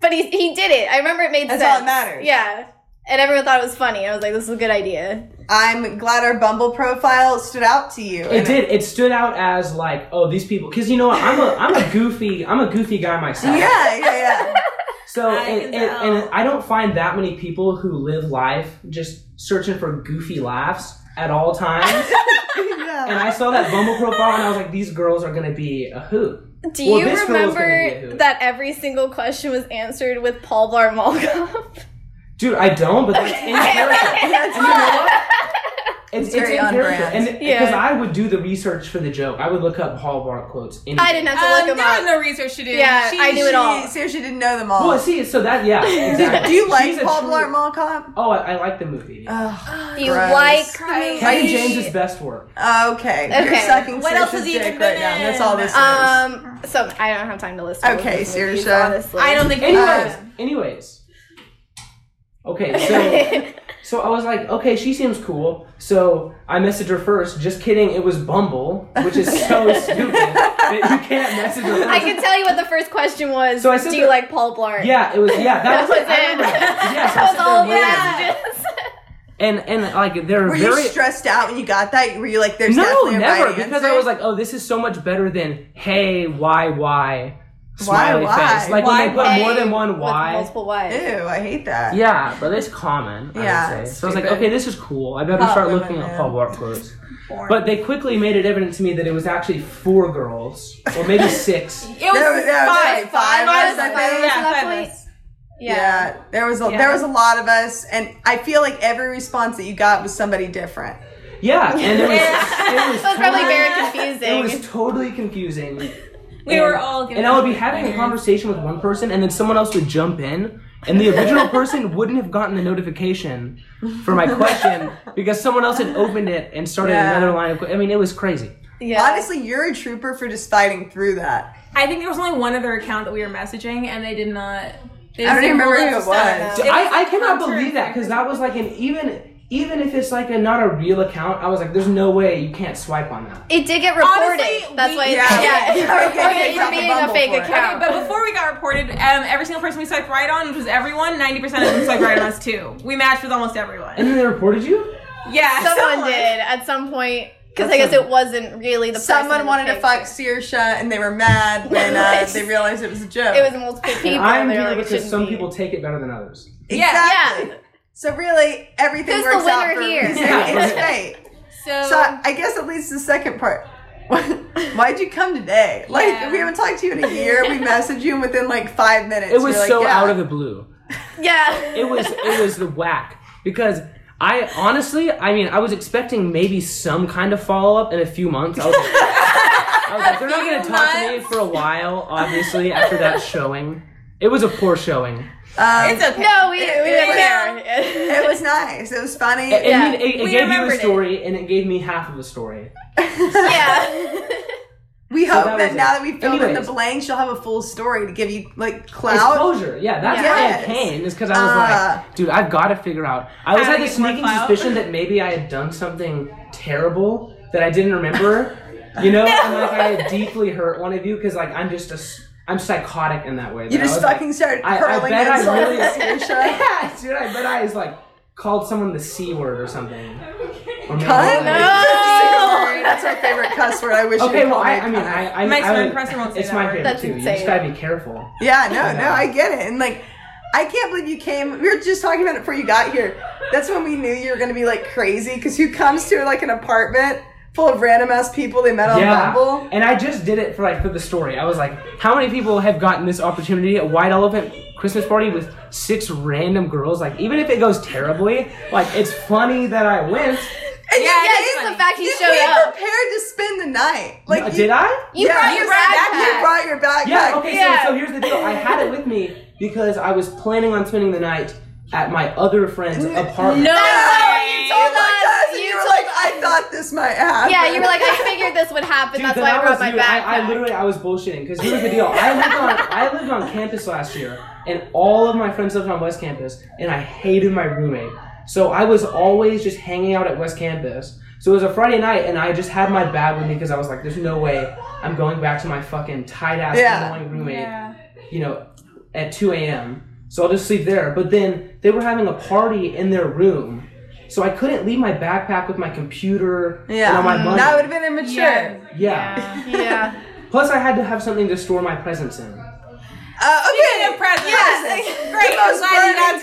Speaker 2: but he, he did it. I remember it made
Speaker 3: That's
Speaker 2: sense.
Speaker 3: all that matters.
Speaker 2: Yeah. And everyone thought it was funny. I was like, this is a good idea.
Speaker 3: I'm glad our Bumble profile stood out to you.
Speaker 5: It did. It stood out as like, oh, these people, because you know what? I'm a I'm a goofy I'm a goofy guy myself.
Speaker 3: Yeah, yeah, yeah.
Speaker 5: So
Speaker 4: I
Speaker 5: and,
Speaker 4: can
Speaker 5: and,
Speaker 4: tell.
Speaker 5: and I don't find that many people who live life just searching for goofy laughs at all times. and I saw that Bumble profile and I was like, these girls are gonna be a hoot.
Speaker 2: Do
Speaker 5: Well,
Speaker 2: you
Speaker 5: this girl's gonna be a
Speaker 2: remember
Speaker 5: hoot.
Speaker 2: that every single question was answered with Paul Blart Mall Cop?
Speaker 5: Dude, I don't, but that's in character.
Speaker 3: That's
Speaker 5: You know what? It's, it's,
Speaker 3: very
Speaker 5: in
Speaker 3: on
Speaker 5: character.
Speaker 3: brand.
Speaker 5: And because
Speaker 2: Yeah.
Speaker 5: I would do the research for the joke, I would look up Hallmark quotes. any
Speaker 2: I
Speaker 5: day.
Speaker 2: didn't have to
Speaker 4: Um,
Speaker 2: look him
Speaker 4: there was
Speaker 2: up.
Speaker 4: no research to do.
Speaker 2: Yeah, I knew it all.
Speaker 3: She seriously didn't know them all.
Speaker 5: Well, see, so that yeah. Exactly.
Speaker 3: Do you like
Speaker 5: She's a
Speaker 3: Paul
Speaker 5: true-
Speaker 3: Blart Mall Cop?
Speaker 5: Oh, I, I like the movie.
Speaker 2: you
Speaker 3: Gross.
Speaker 4: Christ.
Speaker 2: like the
Speaker 5: Kevin
Speaker 2: movie?
Speaker 5: James' best work.
Speaker 3: Okay, you're
Speaker 2: Okay.
Speaker 3: sucking
Speaker 4: What else
Speaker 3: Saoirse's
Speaker 4: has he
Speaker 3: dick
Speaker 4: even
Speaker 3: right
Speaker 4: been
Speaker 3: now.
Speaker 4: in?
Speaker 3: That's all this is.
Speaker 2: Um, so I don't have time to list. all of
Speaker 3: Okay,
Speaker 2: these movies,
Speaker 3: Saoirse.
Speaker 2: honestly.
Speaker 4: I don't think
Speaker 5: Anyways,
Speaker 4: Uh,
Speaker 5: anyways. Okay, so so I was like, okay, she seems cool. So I messaged her first. Just kidding, it was Bumble, which is so stupid that you can't message her first.
Speaker 2: I can tell you what the first question was.
Speaker 5: So I said
Speaker 2: do you
Speaker 5: that-
Speaker 2: like Paul Blart?
Speaker 5: yeah, it was yeah, that, was,
Speaker 2: was
Speaker 5: it. I
Speaker 2: it.
Speaker 5: remember that. Yeah, so I
Speaker 2: That was
Speaker 5: said
Speaker 2: all of
Speaker 5: they're
Speaker 2: the
Speaker 5: weird.
Speaker 2: messages.
Speaker 5: And and like they're
Speaker 3: Were
Speaker 5: very
Speaker 3: you stressed out when you got that? Were you like, "There's
Speaker 5: no,
Speaker 3: definitely a
Speaker 5: never,
Speaker 3: right
Speaker 5: because
Speaker 3: answer?
Speaker 5: I was like, oh, this is so much better than hey, why, why, smiley
Speaker 3: why?
Speaker 5: face. Like
Speaker 3: Why,
Speaker 5: when they put
Speaker 2: why?
Speaker 5: more than one
Speaker 2: With
Speaker 5: why.
Speaker 2: multiple wives.
Speaker 3: Ew, I hate that.
Speaker 5: Yeah, but it's common. I
Speaker 3: Yeah,
Speaker 5: would
Speaker 3: it's
Speaker 5: say. So I was like,
Speaker 3: stupid.
Speaker 5: okay, this is cool. I better
Speaker 3: Hot
Speaker 5: start
Speaker 3: women,
Speaker 5: looking
Speaker 3: man.
Speaker 5: at Paul Blart quotes. But they quickly made it evident to me that it was actually four girls, or maybe six.
Speaker 4: it was
Speaker 3: There was- there was
Speaker 4: five.
Speaker 3: like five
Speaker 4: Five
Speaker 3: of us, I
Speaker 4: of
Speaker 3: think.
Speaker 4: Yeah,
Speaker 2: At
Speaker 4: five
Speaker 2: that
Speaker 4: of
Speaker 2: point-
Speaker 4: us.
Speaker 3: Yeah.
Speaker 2: Yeah.
Speaker 3: there was a, there was a lot of us, and I feel like every response that you got was somebody different.
Speaker 5: Yeah, and it was, it was,
Speaker 2: It was probably
Speaker 5: totally,
Speaker 2: very
Speaker 5: it
Speaker 2: confusing.
Speaker 5: was totally confusing.
Speaker 4: We were all
Speaker 5: and I would be having a conversation with one person, and then someone else would jump in, and the original person wouldn't have gotten the notification for my question because someone else had opened it and started
Speaker 3: Yeah.
Speaker 5: another line of. que- I mean, it was crazy.
Speaker 2: yeah.
Speaker 3: Honestly, you're a trooper for just fighting through that.
Speaker 4: I think there was only one other account that we were messaging, and they did not. They
Speaker 3: I don't
Speaker 4: just
Speaker 3: even remember
Speaker 4: pulled
Speaker 3: who
Speaker 4: up
Speaker 3: it
Speaker 4: the
Speaker 3: was.
Speaker 4: stuff.
Speaker 5: D-
Speaker 4: It
Speaker 5: I,
Speaker 4: was
Speaker 5: I cannot
Speaker 4: Hunter.
Speaker 5: believe that because that was like an even even if it's like a not a real account, I was like, there's no way you can't swipe on that.
Speaker 2: it did get reported.
Speaker 4: Honestly,
Speaker 2: That's
Speaker 4: we-
Speaker 2: why.
Speaker 4: yeah.
Speaker 2: Yeah. yeah.
Speaker 3: Yeah.
Speaker 2: it got reported
Speaker 3: Yeah.
Speaker 2: for being a
Speaker 3: Bumble
Speaker 2: fake
Speaker 3: for it.
Speaker 4: Okay,
Speaker 2: account.
Speaker 4: but before we got reported, um, every single person we swiped right on, which was everyone, 90% of them swiped right on us too. We matched with almost
Speaker 5: And
Speaker 4: everyone.
Speaker 5: then they reported you.
Speaker 4: Yeah,
Speaker 2: someone, did at some point because I
Speaker 5: That's
Speaker 2: guess
Speaker 5: a-
Speaker 2: it wasn't really the.
Speaker 3: Someone
Speaker 2: person
Speaker 3: wanted to
Speaker 2: fake.
Speaker 3: fuck Saoirse, and they were mad when uh, they realized it was a joke.
Speaker 2: It was multiple people. and
Speaker 5: I'm
Speaker 2: they were
Speaker 5: here
Speaker 2: like, it
Speaker 5: because
Speaker 2: shouldn't
Speaker 5: some
Speaker 2: be.
Speaker 5: people take it better than others.
Speaker 3: exactly.
Speaker 2: Yeah.
Speaker 3: So really, everything
Speaker 2: Who's the
Speaker 3: works out
Speaker 2: winner
Speaker 3: for
Speaker 2: here?
Speaker 5: Yeah.
Speaker 3: It's fate.
Speaker 4: So,
Speaker 3: So I guess that leads to the second part. Why'd you come today? Like
Speaker 4: Yeah.
Speaker 3: we haven't talked to you in a year. We messaged you, and within like five minutes,
Speaker 5: It was
Speaker 3: you're like,
Speaker 5: so
Speaker 3: yeah.
Speaker 5: out of the blue.
Speaker 2: Yeah.
Speaker 5: It was it was the whack because. I honestly, I mean, I was expecting maybe some kind of follow up in a few months. I was like, I was like, they're not going to
Speaker 4: few
Speaker 5: talk to me
Speaker 4: months.
Speaker 5: for a while, obviously, after that showing. It was a poor showing.
Speaker 3: Um,
Speaker 4: it's okay.
Speaker 2: No, we, we
Speaker 4: it-
Speaker 2: were there.
Speaker 3: it was nice. It was funny.
Speaker 5: It,
Speaker 2: Yeah,
Speaker 5: mean, it, it
Speaker 2: we
Speaker 5: gave you
Speaker 2: remembered
Speaker 5: a
Speaker 2: it.
Speaker 5: story, and it gave me half of a story.
Speaker 2: yeah.
Speaker 3: We hope
Speaker 5: that
Speaker 3: that,
Speaker 5: was it.
Speaker 3: now that we filled in
Speaker 5: Anyways.
Speaker 3: the blanks, you'll have a full story to give you like clout.
Speaker 5: Exposure, yeah, that's
Speaker 3: Yes.
Speaker 5: why I came. Is because I was
Speaker 3: Uh,
Speaker 5: like, dude, I've got to figure out. I always
Speaker 4: How
Speaker 5: had
Speaker 4: to
Speaker 5: this
Speaker 4: get more
Speaker 5: sneaking
Speaker 4: clout.
Speaker 5: suspicion that maybe I had done something terrible that I didn't remember. You know, and like I had deeply hurt one of you because like I'm just a, s- I'm psychotic in that way.
Speaker 3: You
Speaker 5: that I
Speaker 3: just
Speaker 5: was like-
Speaker 3: fucking started
Speaker 5: I- I
Speaker 3: curling
Speaker 5: bet I
Speaker 3: insults
Speaker 5: really-
Speaker 3: at Saoirse.
Speaker 5: yeah, dude, I bet I was like called someone the c word or something. Or maybe,
Speaker 3: Cunt?
Speaker 5: like-
Speaker 3: That's my favorite cuss word. I wish you
Speaker 5: Okay,
Speaker 3: would
Speaker 5: well,
Speaker 3: call
Speaker 5: I,
Speaker 3: me
Speaker 5: I mean,
Speaker 3: cunt.
Speaker 5: I, I,
Speaker 4: My
Speaker 5: I
Speaker 4: smart
Speaker 5: would-
Speaker 4: presser won't say
Speaker 5: It's
Speaker 4: that
Speaker 5: my
Speaker 4: word.
Speaker 5: favorite
Speaker 2: That's
Speaker 5: too. You just
Speaker 2: insane.
Speaker 5: gotta be careful.
Speaker 3: Yeah, no, no,
Speaker 5: know.
Speaker 3: I get it. And like, I can't believe you came. We were just talking about it before you got here. That's when we knew you were gonna be like crazy because who comes to like an apartment full of random ass people they met on
Speaker 5: Yeah,
Speaker 3: Bumble?
Speaker 5: and I just did it for like for the story. I was like, how many people have gotten this opportunity? A white elephant Christmas party with six random girls. Like, even if it goes terribly, like it's funny that I went.
Speaker 3: And
Speaker 4: Yeah,
Speaker 3: you
Speaker 4: it
Speaker 3: came-
Speaker 4: is
Speaker 2: Just the fact he
Speaker 3: you
Speaker 2: showed
Speaker 3: came
Speaker 2: up.
Speaker 3: prepared to spend the night. Like, you,
Speaker 5: Uh, Did I?
Speaker 2: You
Speaker 3: yeah,
Speaker 2: brought your
Speaker 3: You
Speaker 2: backpack.
Speaker 3: brought your backpack.
Speaker 5: Yeah, okay,
Speaker 2: Yeah.
Speaker 5: So, so here's the deal. I had it with me because I was planning on spending the night at my other friend's apartment.
Speaker 4: No
Speaker 3: You told
Speaker 4: way.
Speaker 3: us, and
Speaker 2: You
Speaker 3: you, were
Speaker 2: told-
Speaker 3: like, I thought this might happen.
Speaker 2: Yeah, you were like, I figured this would happen.
Speaker 5: Dude,
Speaker 2: That's
Speaker 5: then
Speaker 2: why I
Speaker 5: that
Speaker 2: brought
Speaker 5: was
Speaker 2: my
Speaker 5: you. I, I
Speaker 2: backpack.
Speaker 5: literally I was bullshitting because here's the deal. I lived on I lived on campus last year, and all of my friends lived on West Campus, and I hated my roommate. So I was always just hanging out at West Campus. So it was a Friday night, and I just had my bag with me because I was like, "There's no way I'm going back to my fucking tight ass
Speaker 3: Yeah.
Speaker 5: annoying roommate."
Speaker 4: Yeah.
Speaker 5: you know, at 2 a.m. So I'll just sleep there. But then they were having a party in their room. So I couldn't leave my backpack with my computer and
Speaker 3: Yeah,
Speaker 5: all my
Speaker 2: Mm-hmm.
Speaker 5: money.
Speaker 3: that would have been immature.
Speaker 4: Yeah.
Speaker 5: yeah.
Speaker 2: Yeah.
Speaker 5: Plus, I had to have something to store my presents in.
Speaker 3: Uh, okay,
Speaker 4: Speaking of presents.
Speaker 3: Yes.
Speaker 4: Great,
Speaker 3: The
Speaker 4: I'm
Speaker 3: most
Speaker 4: glad you got to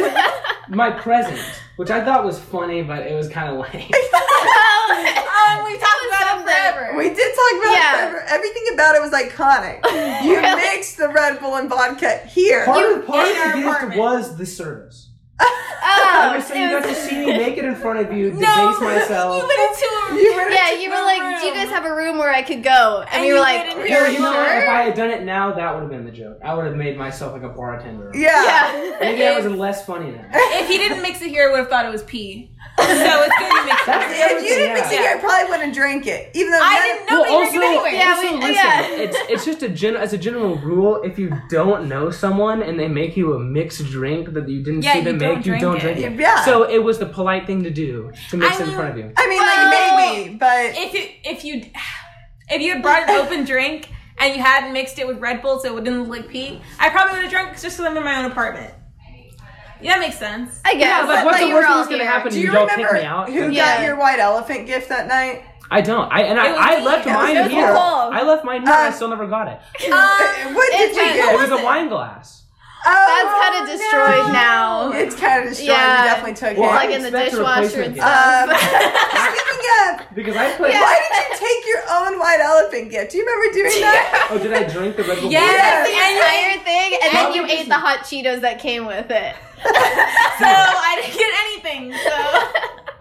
Speaker 3: burning question.
Speaker 5: My presents, which I thought was funny, but it was kind of lame.
Speaker 4: Um, we talked about it forever.
Speaker 3: We did talk about
Speaker 2: Yeah.
Speaker 3: it forever. Everything about it was iconic. You mixed the Red Bull and vodka here.
Speaker 5: Part of, part of
Speaker 4: in our
Speaker 5: the gift
Speaker 4: apartment.
Speaker 5: was the service.
Speaker 2: Oh,
Speaker 5: Every so you
Speaker 2: it
Speaker 5: got
Speaker 2: was-
Speaker 5: to see me naked in front of you, debase
Speaker 4: No,
Speaker 5: myself.
Speaker 4: you went into a
Speaker 3: You were-
Speaker 2: yeah, you were
Speaker 4: the
Speaker 2: like, do you
Speaker 4: room.
Speaker 2: guys have a room where I could go? And,
Speaker 4: And
Speaker 2: we were
Speaker 4: you
Speaker 2: like,
Speaker 4: didn't
Speaker 2: "Are
Speaker 4: hear
Speaker 5: Or,
Speaker 2: you
Speaker 5: you know, if
Speaker 2: sure?
Speaker 5: I had done it now, that would have been the joke. I would have made myself like a bartender.
Speaker 3: yeah.
Speaker 2: Yeah.
Speaker 5: Maybe I was less funny then.
Speaker 4: If he didn't mix it here, I would have thought it was pee. So it's good you mixed it.
Speaker 5: That's
Speaker 3: If you didn't
Speaker 5: everything,
Speaker 3: mix it
Speaker 5: yeah.
Speaker 3: here, I probably wouldn't drink it. Even though
Speaker 4: I
Speaker 3: none-
Speaker 4: didn't know
Speaker 5: Well,
Speaker 4: well,
Speaker 5: also-
Speaker 4: it anyway.
Speaker 2: Yeah,
Speaker 5: Also,
Speaker 2: we-
Speaker 5: listen,
Speaker 2: yeah.
Speaker 5: it's it's just a gen as a general rule. If you don't know someone and they make you a mixed drink that you didn't
Speaker 4: Yeah,
Speaker 5: see them
Speaker 4: you don't
Speaker 5: make, you
Speaker 4: drink
Speaker 5: don't
Speaker 4: it.
Speaker 5: drink it.
Speaker 3: Yeah.
Speaker 5: So it was the polite thing to do to mix
Speaker 4: I
Speaker 5: it in
Speaker 4: mean-
Speaker 5: front of you.
Speaker 3: I mean,
Speaker 4: Well-
Speaker 3: like maybe, but
Speaker 4: If you if you if you had brought an open drink and you hadn't mixed it with Red Bull so it didn't look like pee, I probably would have drunk just because I'm in my own apartment. Yeah, that makes sense.
Speaker 2: I guess.
Speaker 5: Yeah, but what's
Speaker 2: but
Speaker 5: the
Speaker 2: you
Speaker 5: worst
Speaker 2: were
Speaker 5: thing
Speaker 2: all
Speaker 5: that's gonna
Speaker 2: here.
Speaker 5: happen?
Speaker 3: do you
Speaker 5: You don't kick
Speaker 3: remember
Speaker 5: me out.
Speaker 3: who
Speaker 2: Yeah.
Speaker 3: got your white elephant gift that night?
Speaker 5: I don't. I and
Speaker 4: It was
Speaker 5: I, I
Speaker 4: me.
Speaker 5: left
Speaker 4: It was
Speaker 5: mine
Speaker 2: your
Speaker 5: here.
Speaker 2: fault.
Speaker 5: I left mine here. and I
Speaker 3: Uh,
Speaker 5: still never got it.
Speaker 4: Um,
Speaker 3: What did
Speaker 2: it
Speaker 3: you
Speaker 2: was-
Speaker 3: get? Oh,
Speaker 5: It was a wine glass.
Speaker 2: That's kind of destroyed now.
Speaker 3: It's kind of destroyed.
Speaker 2: Yeah.
Speaker 3: You definitely took
Speaker 5: Well,
Speaker 3: it.
Speaker 2: Like
Speaker 5: I
Speaker 2: in the
Speaker 5: expect a
Speaker 2: dishwasher
Speaker 5: replacement
Speaker 2: and
Speaker 5: gift.
Speaker 2: stuff.
Speaker 3: Um, speaking of,
Speaker 5: Because I put.
Speaker 2: Yeah.
Speaker 3: why did you take your own white elephant gift? Do you remember doing that?
Speaker 5: Oh, did I drink the Red Bull?
Speaker 4: Yes.
Speaker 2: the entire thing, and then
Speaker 5: Probably
Speaker 2: you ate the hot Cheetos that came with it.
Speaker 4: So I didn't get anything. So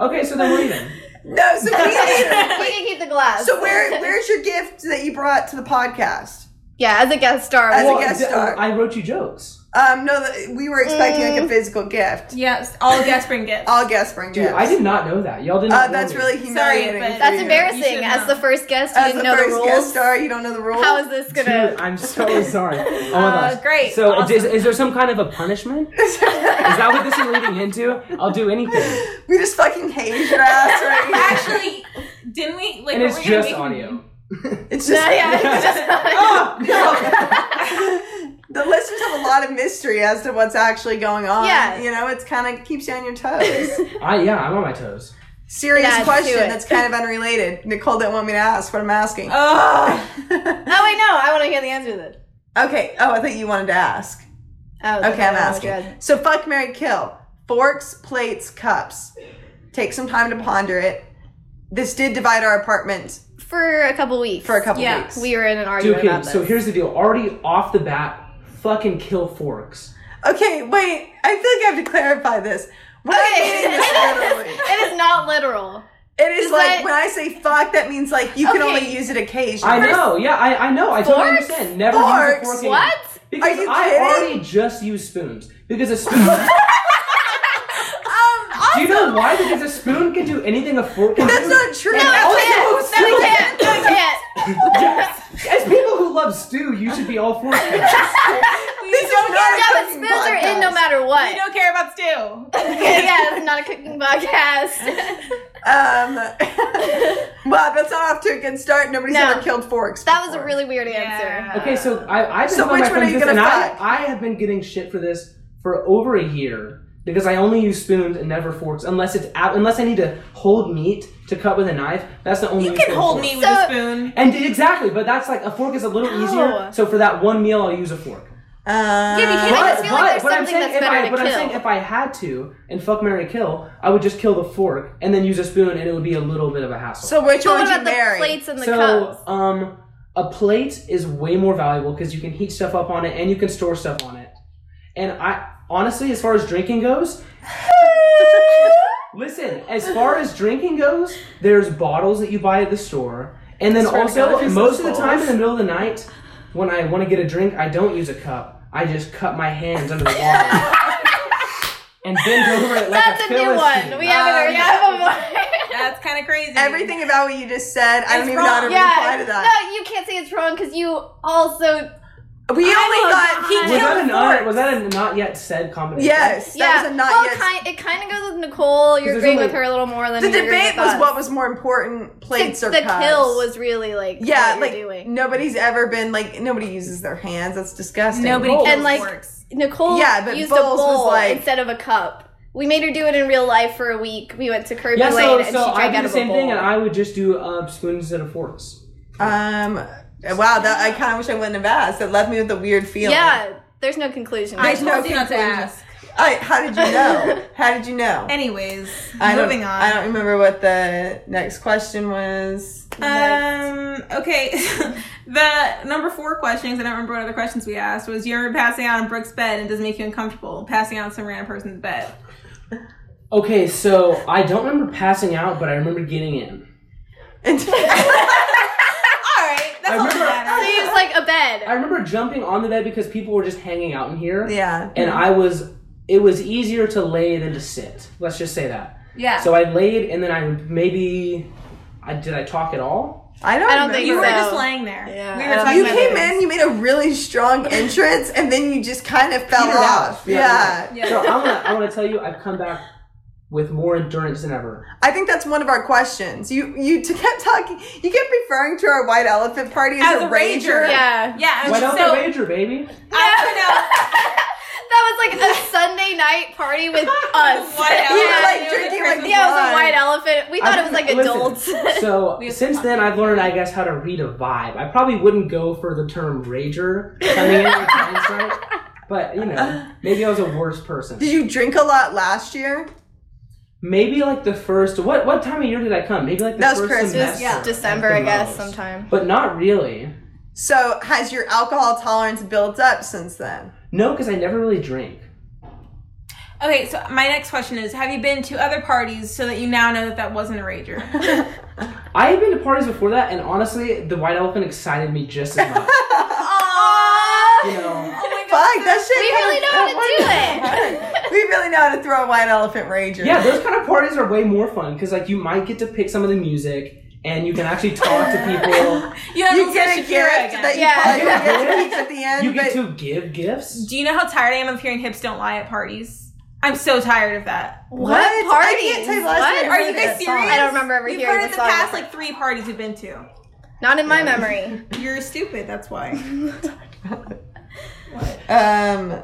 Speaker 5: Okay, so then we're even.
Speaker 3: No, so we ate
Speaker 2: we can keep the glass.
Speaker 3: So where where's your gift that you brought to the podcast?
Speaker 2: Yeah, as a guest star.
Speaker 3: As a
Speaker 2: we-
Speaker 5: Well,
Speaker 3: guest
Speaker 5: th-
Speaker 3: star.
Speaker 5: I wrote you jokes.
Speaker 3: Um, no, the- we were expecting
Speaker 2: Mm.
Speaker 3: like a physical gift.
Speaker 4: yes, all guests bring gifts.
Speaker 3: All guests bring
Speaker 5: Dude,
Speaker 3: gifts.
Speaker 5: I did not know that. Y'all didn't.
Speaker 3: Uh,
Speaker 5: know
Speaker 3: that's
Speaker 5: me.
Speaker 3: really humiliating.
Speaker 4: but-
Speaker 3: for
Speaker 2: That's
Speaker 3: you.
Speaker 4: You should
Speaker 2: embarrassing. As
Speaker 4: know.
Speaker 2: the first guest, you
Speaker 3: As the
Speaker 2: didn't know the
Speaker 3: first guest
Speaker 2: rules.
Speaker 3: star, you don't know the rules.
Speaker 2: How is this gonna?
Speaker 5: Dude, I'm so sorry. Oh my
Speaker 4: Uh,
Speaker 5: gosh.
Speaker 4: great.
Speaker 5: So
Speaker 4: Awesome.
Speaker 5: is, is there some kind of a punishment? Is that what this is leading into? I'll do anything.
Speaker 3: we just fucking hate your ass right here.
Speaker 4: Actually, didn't we? Like,
Speaker 5: And it's
Speaker 4: weren't we gonna
Speaker 5: just
Speaker 4: make-
Speaker 5: audio.
Speaker 3: It's just
Speaker 5: Oh,
Speaker 3: the listeners have a lot of mystery as to what's actually going on.
Speaker 2: Yeah.
Speaker 3: you know, it's kind of keeps you on your toes.
Speaker 5: I, yeah, I'm on my toes.
Speaker 3: Serious
Speaker 2: Yeah, do
Speaker 3: question
Speaker 2: it.
Speaker 3: that's kind of unrelated. Nicole didn't want me to ask, but I'm asking.
Speaker 4: Ugh.
Speaker 2: Oh wait, no. I want to hear the answer to this.
Speaker 3: Okay. Oh, I thought you wanted to ask.
Speaker 2: Oh,
Speaker 3: Okay, I'm
Speaker 2: oh,
Speaker 3: asking.
Speaker 2: God.
Speaker 3: So fuck Mary Kill. Forks, plates, cups. Take some time to ponder it. This did divide our apartment
Speaker 2: For a couple weeks.
Speaker 3: for a couple
Speaker 4: Yeah.
Speaker 3: weeks.
Speaker 2: We were in an
Speaker 5: Dude,
Speaker 2: argument
Speaker 5: okay,
Speaker 2: about this.
Speaker 5: so here's the deal. Already off the bat, fucking kill forks.
Speaker 3: okay, wait. I feel like I have to clarify this. When I
Speaker 2: Okay.
Speaker 3: mean this literally,
Speaker 2: it is not literal.
Speaker 3: it is
Speaker 2: Is
Speaker 3: like
Speaker 2: that-
Speaker 3: when I say fuck, that means like you can
Speaker 2: Okay.
Speaker 3: only use it occasionally.
Speaker 5: I know. Yeah, I, I know. I totally
Speaker 2: Forks?
Speaker 5: understand. Never
Speaker 3: Forks?
Speaker 5: use a fork. again.
Speaker 2: What?
Speaker 5: Because
Speaker 3: Are you
Speaker 5: I
Speaker 3: kidding?
Speaker 5: already just use spoons. Because a spoon. do you know why? Because a spoon can do anything a fork can
Speaker 3: That's
Speaker 5: do.
Speaker 3: not true.
Speaker 2: No, it can't. No, it can't. No, it can't.
Speaker 5: As people who love stew, you should be all for it.
Speaker 4: We don't care.
Speaker 2: Yeah, but spills are in no matter
Speaker 4: We
Speaker 2: what.
Speaker 4: don't care about stew.
Speaker 2: yeah, it's not a cooking podcast.
Speaker 3: Um, well, that's not off to a good start. Nobody's
Speaker 2: No.
Speaker 3: ever killed forks.
Speaker 2: that was a
Speaker 3: before.
Speaker 2: really weird answer.
Speaker 5: Okay, so I, I've been
Speaker 3: So
Speaker 5: telling
Speaker 3: which
Speaker 5: my
Speaker 3: one are
Speaker 5: friends
Speaker 3: you
Speaker 5: this, and
Speaker 3: gonna
Speaker 5: I,
Speaker 3: fuck?
Speaker 5: I have been getting shit for this for over a year because I only use spoons and never forks unless it's out, unless I need to hold meat to cut with a knife. That's the only
Speaker 4: You
Speaker 5: use
Speaker 4: can
Speaker 5: for a
Speaker 4: hold
Speaker 5: fork.
Speaker 4: me with
Speaker 2: So-
Speaker 4: a spoon.
Speaker 5: And exactly, but that's like a fork is a little
Speaker 2: No.
Speaker 5: easier. So for that one meal, I'll use a fork.
Speaker 3: Uh,
Speaker 2: Yeah, but you
Speaker 5: But,
Speaker 2: I just feel like there's
Speaker 5: but I'm
Speaker 2: something
Speaker 5: saying
Speaker 2: that's
Speaker 5: if I,
Speaker 2: better
Speaker 5: but I'm
Speaker 2: to
Speaker 5: saying
Speaker 2: kill.
Speaker 5: if I had to and fuck Mary kill, I would just kill the fork and then use a spoon, and it would be a little bit of a hassle.
Speaker 3: so which
Speaker 2: But
Speaker 3: one
Speaker 2: what
Speaker 3: would you
Speaker 2: about the
Speaker 3: marry?
Speaker 2: plates and the
Speaker 5: so
Speaker 3: uh,
Speaker 2: cups?
Speaker 5: um, a plate is way more valuable because you can heat stuff up on it and you can store stuff on it. And I honestly, as far as drinking goes, listen, as far as drinking goes, there's bottles that you buy at the store, and then
Speaker 3: Swear to God,
Speaker 5: also
Speaker 3: there's
Speaker 5: most of
Speaker 3: those
Speaker 5: the time in
Speaker 3: bottles.
Speaker 5: the middle of the night, when I want to get a drink, I don't use a cup. I just cut my hands under the bottle. And bend over it like
Speaker 2: That's a new
Speaker 5: Philistine.
Speaker 2: one. We
Speaker 3: Uh,
Speaker 2: haven't heard that before.
Speaker 4: That's kind of crazy.
Speaker 3: Everything about what you just said, I don't even know how to
Speaker 2: yeah.
Speaker 3: reply to that.
Speaker 2: No, you can't say it's wrong because you also.
Speaker 3: We only
Speaker 4: love
Speaker 3: got he
Speaker 4: that.
Speaker 5: was
Speaker 3: killed
Speaker 5: that, a
Speaker 3: forks.
Speaker 5: not, was that a not yet said combination?
Speaker 3: Yes, that
Speaker 2: yeah.
Speaker 3: was a not
Speaker 2: well,
Speaker 3: yet.
Speaker 2: Kind, it kind of goes with Nicole. You're
Speaker 5: there's
Speaker 2: agreeing
Speaker 5: only-
Speaker 2: with her a little more than
Speaker 3: the
Speaker 2: you're agreeing
Speaker 3: debate
Speaker 2: with
Speaker 3: was
Speaker 2: us.
Speaker 3: what was more important, plates
Speaker 2: the,
Speaker 3: or
Speaker 2: the
Speaker 3: cups.
Speaker 2: kill was really like
Speaker 3: yeah,
Speaker 2: what
Speaker 3: like
Speaker 2: you're doing.
Speaker 3: nobody's ever been like nobody uses their hands. That's disgusting.
Speaker 4: Nobody
Speaker 5: Bowls.
Speaker 4: kills
Speaker 2: And, like,
Speaker 4: forks.
Speaker 2: Nicole
Speaker 3: Yeah, but
Speaker 2: used a
Speaker 3: bowls was
Speaker 2: bowl
Speaker 3: like-
Speaker 2: instead of a cup. We made her do it in real life for a week. We went to Kirby
Speaker 5: Yeah,
Speaker 2: Lane
Speaker 5: so,
Speaker 2: and
Speaker 5: so
Speaker 2: she
Speaker 5: I
Speaker 2: drank
Speaker 5: do
Speaker 2: out
Speaker 5: the
Speaker 2: of a
Speaker 5: same
Speaker 2: bowl.
Speaker 5: thing, and I would just do uh, spoons instead of forks.
Speaker 3: Um. Wow. That I kind of wish I wouldn't have asked. It left me with a weird feeling.
Speaker 2: yeah, there's no conclusion.
Speaker 4: I
Speaker 3: no
Speaker 4: told you not to
Speaker 3: conclusion.
Speaker 4: ask.
Speaker 3: I, how did you know? How did you know?
Speaker 4: Anyways,
Speaker 3: I don't,
Speaker 4: moving on.
Speaker 3: I don't remember what the next question was.
Speaker 4: Um. Okay. the number four question, 'cause I don't remember what other questions we asked, was you're passing out on Brooke's bed and it does make you uncomfortable. Passing out on some random person's bed.
Speaker 5: Okay, so I don't remember passing out, but I remember getting in.
Speaker 4: All right. That's
Speaker 5: I
Speaker 4: all that
Speaker 5: remember-
Speaker 2: So
Speaker 4: matters.
Speaker 2: you used like a
Speaker 5: I
Speaker 2: bed.
Speaker 5: remember jumping on the bed because people were just hanging out in here.
Speaker 3: yeah.
Speaker 5: And I was, it was easier to lay than to sit. Let's just say that.
Speaker 4: Yeah.
Speaker 5: So I laid, and then I maybe, I did I talk at all?
Speaker 3: I don't.
Speaker 2: I don't think
Speaker 4: you were
Speaker 2: so.
Speaker 4: just laying there.
Speaker 2: Yeah.
Speaker 4: We were talking
Speaker 3: You
Speaker 4: about
Speaker 3: came
Speaker 4: this.
Speaker 3: in, you made a really strong entrance, and then you just kind of fell
Speaker 5: Petered out.
Speaker 3: off.
Speaker 5: Yeah.
Speaker 4: Yeah.
Speaker 3: Yeah.
Speaker 5: So I want to I want to tell you, I've come back with more endurance than ever.
Speaker 3: I think that's one of our questions. You you t- kept talking, you kept referring to our white elephant party as, a, rager.
Speaker 2: Yeah.
Speaker 4: Yeah.
Speaker 5: Why
Speaker 4: And
Speaker 5: don't
Speaker 4: so
Speaker 5: the rager, baby?
Speaker 4: I
Speaker 2: That was like a Sunday night party with us.
Speaker 4: White
Speaker 2: yeah,
Speaker 3: You were
Speaker 4: elephant.
Speaker 3: like
Speaker 4: Yeah,
Speaker 3: drinking like
Speaker 2: yeah, it was a
Speaker 3: wine.
Speaker 2: white elephant. We thought it was like adults.
Speaker 5: Listen, so since then, I've learned, I guess, how to read a vibe. I probably wouldn't go for the term rager coming in with hindsight, but you know, maybe I was a worse person.
Speaker 3: Did you drink a lot last year?
Speaker 5: Maybe like the first. What what time of year did I come? Maybe like the
Speaker 3: That was
Speaker 5: first
Speaker 3: Christmas,
Speaker 5: semester
Speaker 3: yeah.
Speaker 5: at
Speaker 2: December,
Speaker 5: the
Speaker 2: I guess,
Speaker 5: most.
Speaker 2: sometime.
Speaker 5: But not really.
Speaker 3: So has your alcohol tolerance built up since then?
Speaker 5: No, because I never really drink.
Speaker 4: know. Okay. So my next question is: Have you been to other parties so that you now know that that wasn't a rager?
Speaker 5: I had been to parties before that, and honestly, the white elephant excited me just as much. you know,
Speaker 3: Fuck that shit.
Speaker 2: We really know how to do it.
Speaker 3: We really know how to throw a white elephant rager.
Speaker 5: yeah, those kind of parties are way more fun because like you might get to pick some of the music, and you can actually talk to people.
Speaker 4: You know,
Speaker 3: You get a gift that you
Speaker 2: Yeah.
Speaker 3: probably don't get to eat at the end.
Speaker 5: You
Speaker 3: but
Speaker 5: get to give gifts.
Speaker 4: Do you know how tired I am of hearing hips don't lie at parties? I'm so tired of that.
Speaker 3: What? I can't tell you last
Speaker 2: What?
Speaker 3: night I
Speaker 4: Are
Speaker 3: heard
Speaker 4: you guys
Speaker 3: that song.
Speaker 4: serious?
Speaker 2: I don't remember ever
Speaker 4: We've
Speaker 2: hearing
Speaker 4: heard it
Speaker 2: the
Speaker 4: the
Speaker 2: song
Speaker 4: past
Speaker 2: before.
Speaker 4: like three parties we've been to.
Speaker 2: Not in my memory.
Speaker 4: You're stupid. That's why.
Speaker 3: um.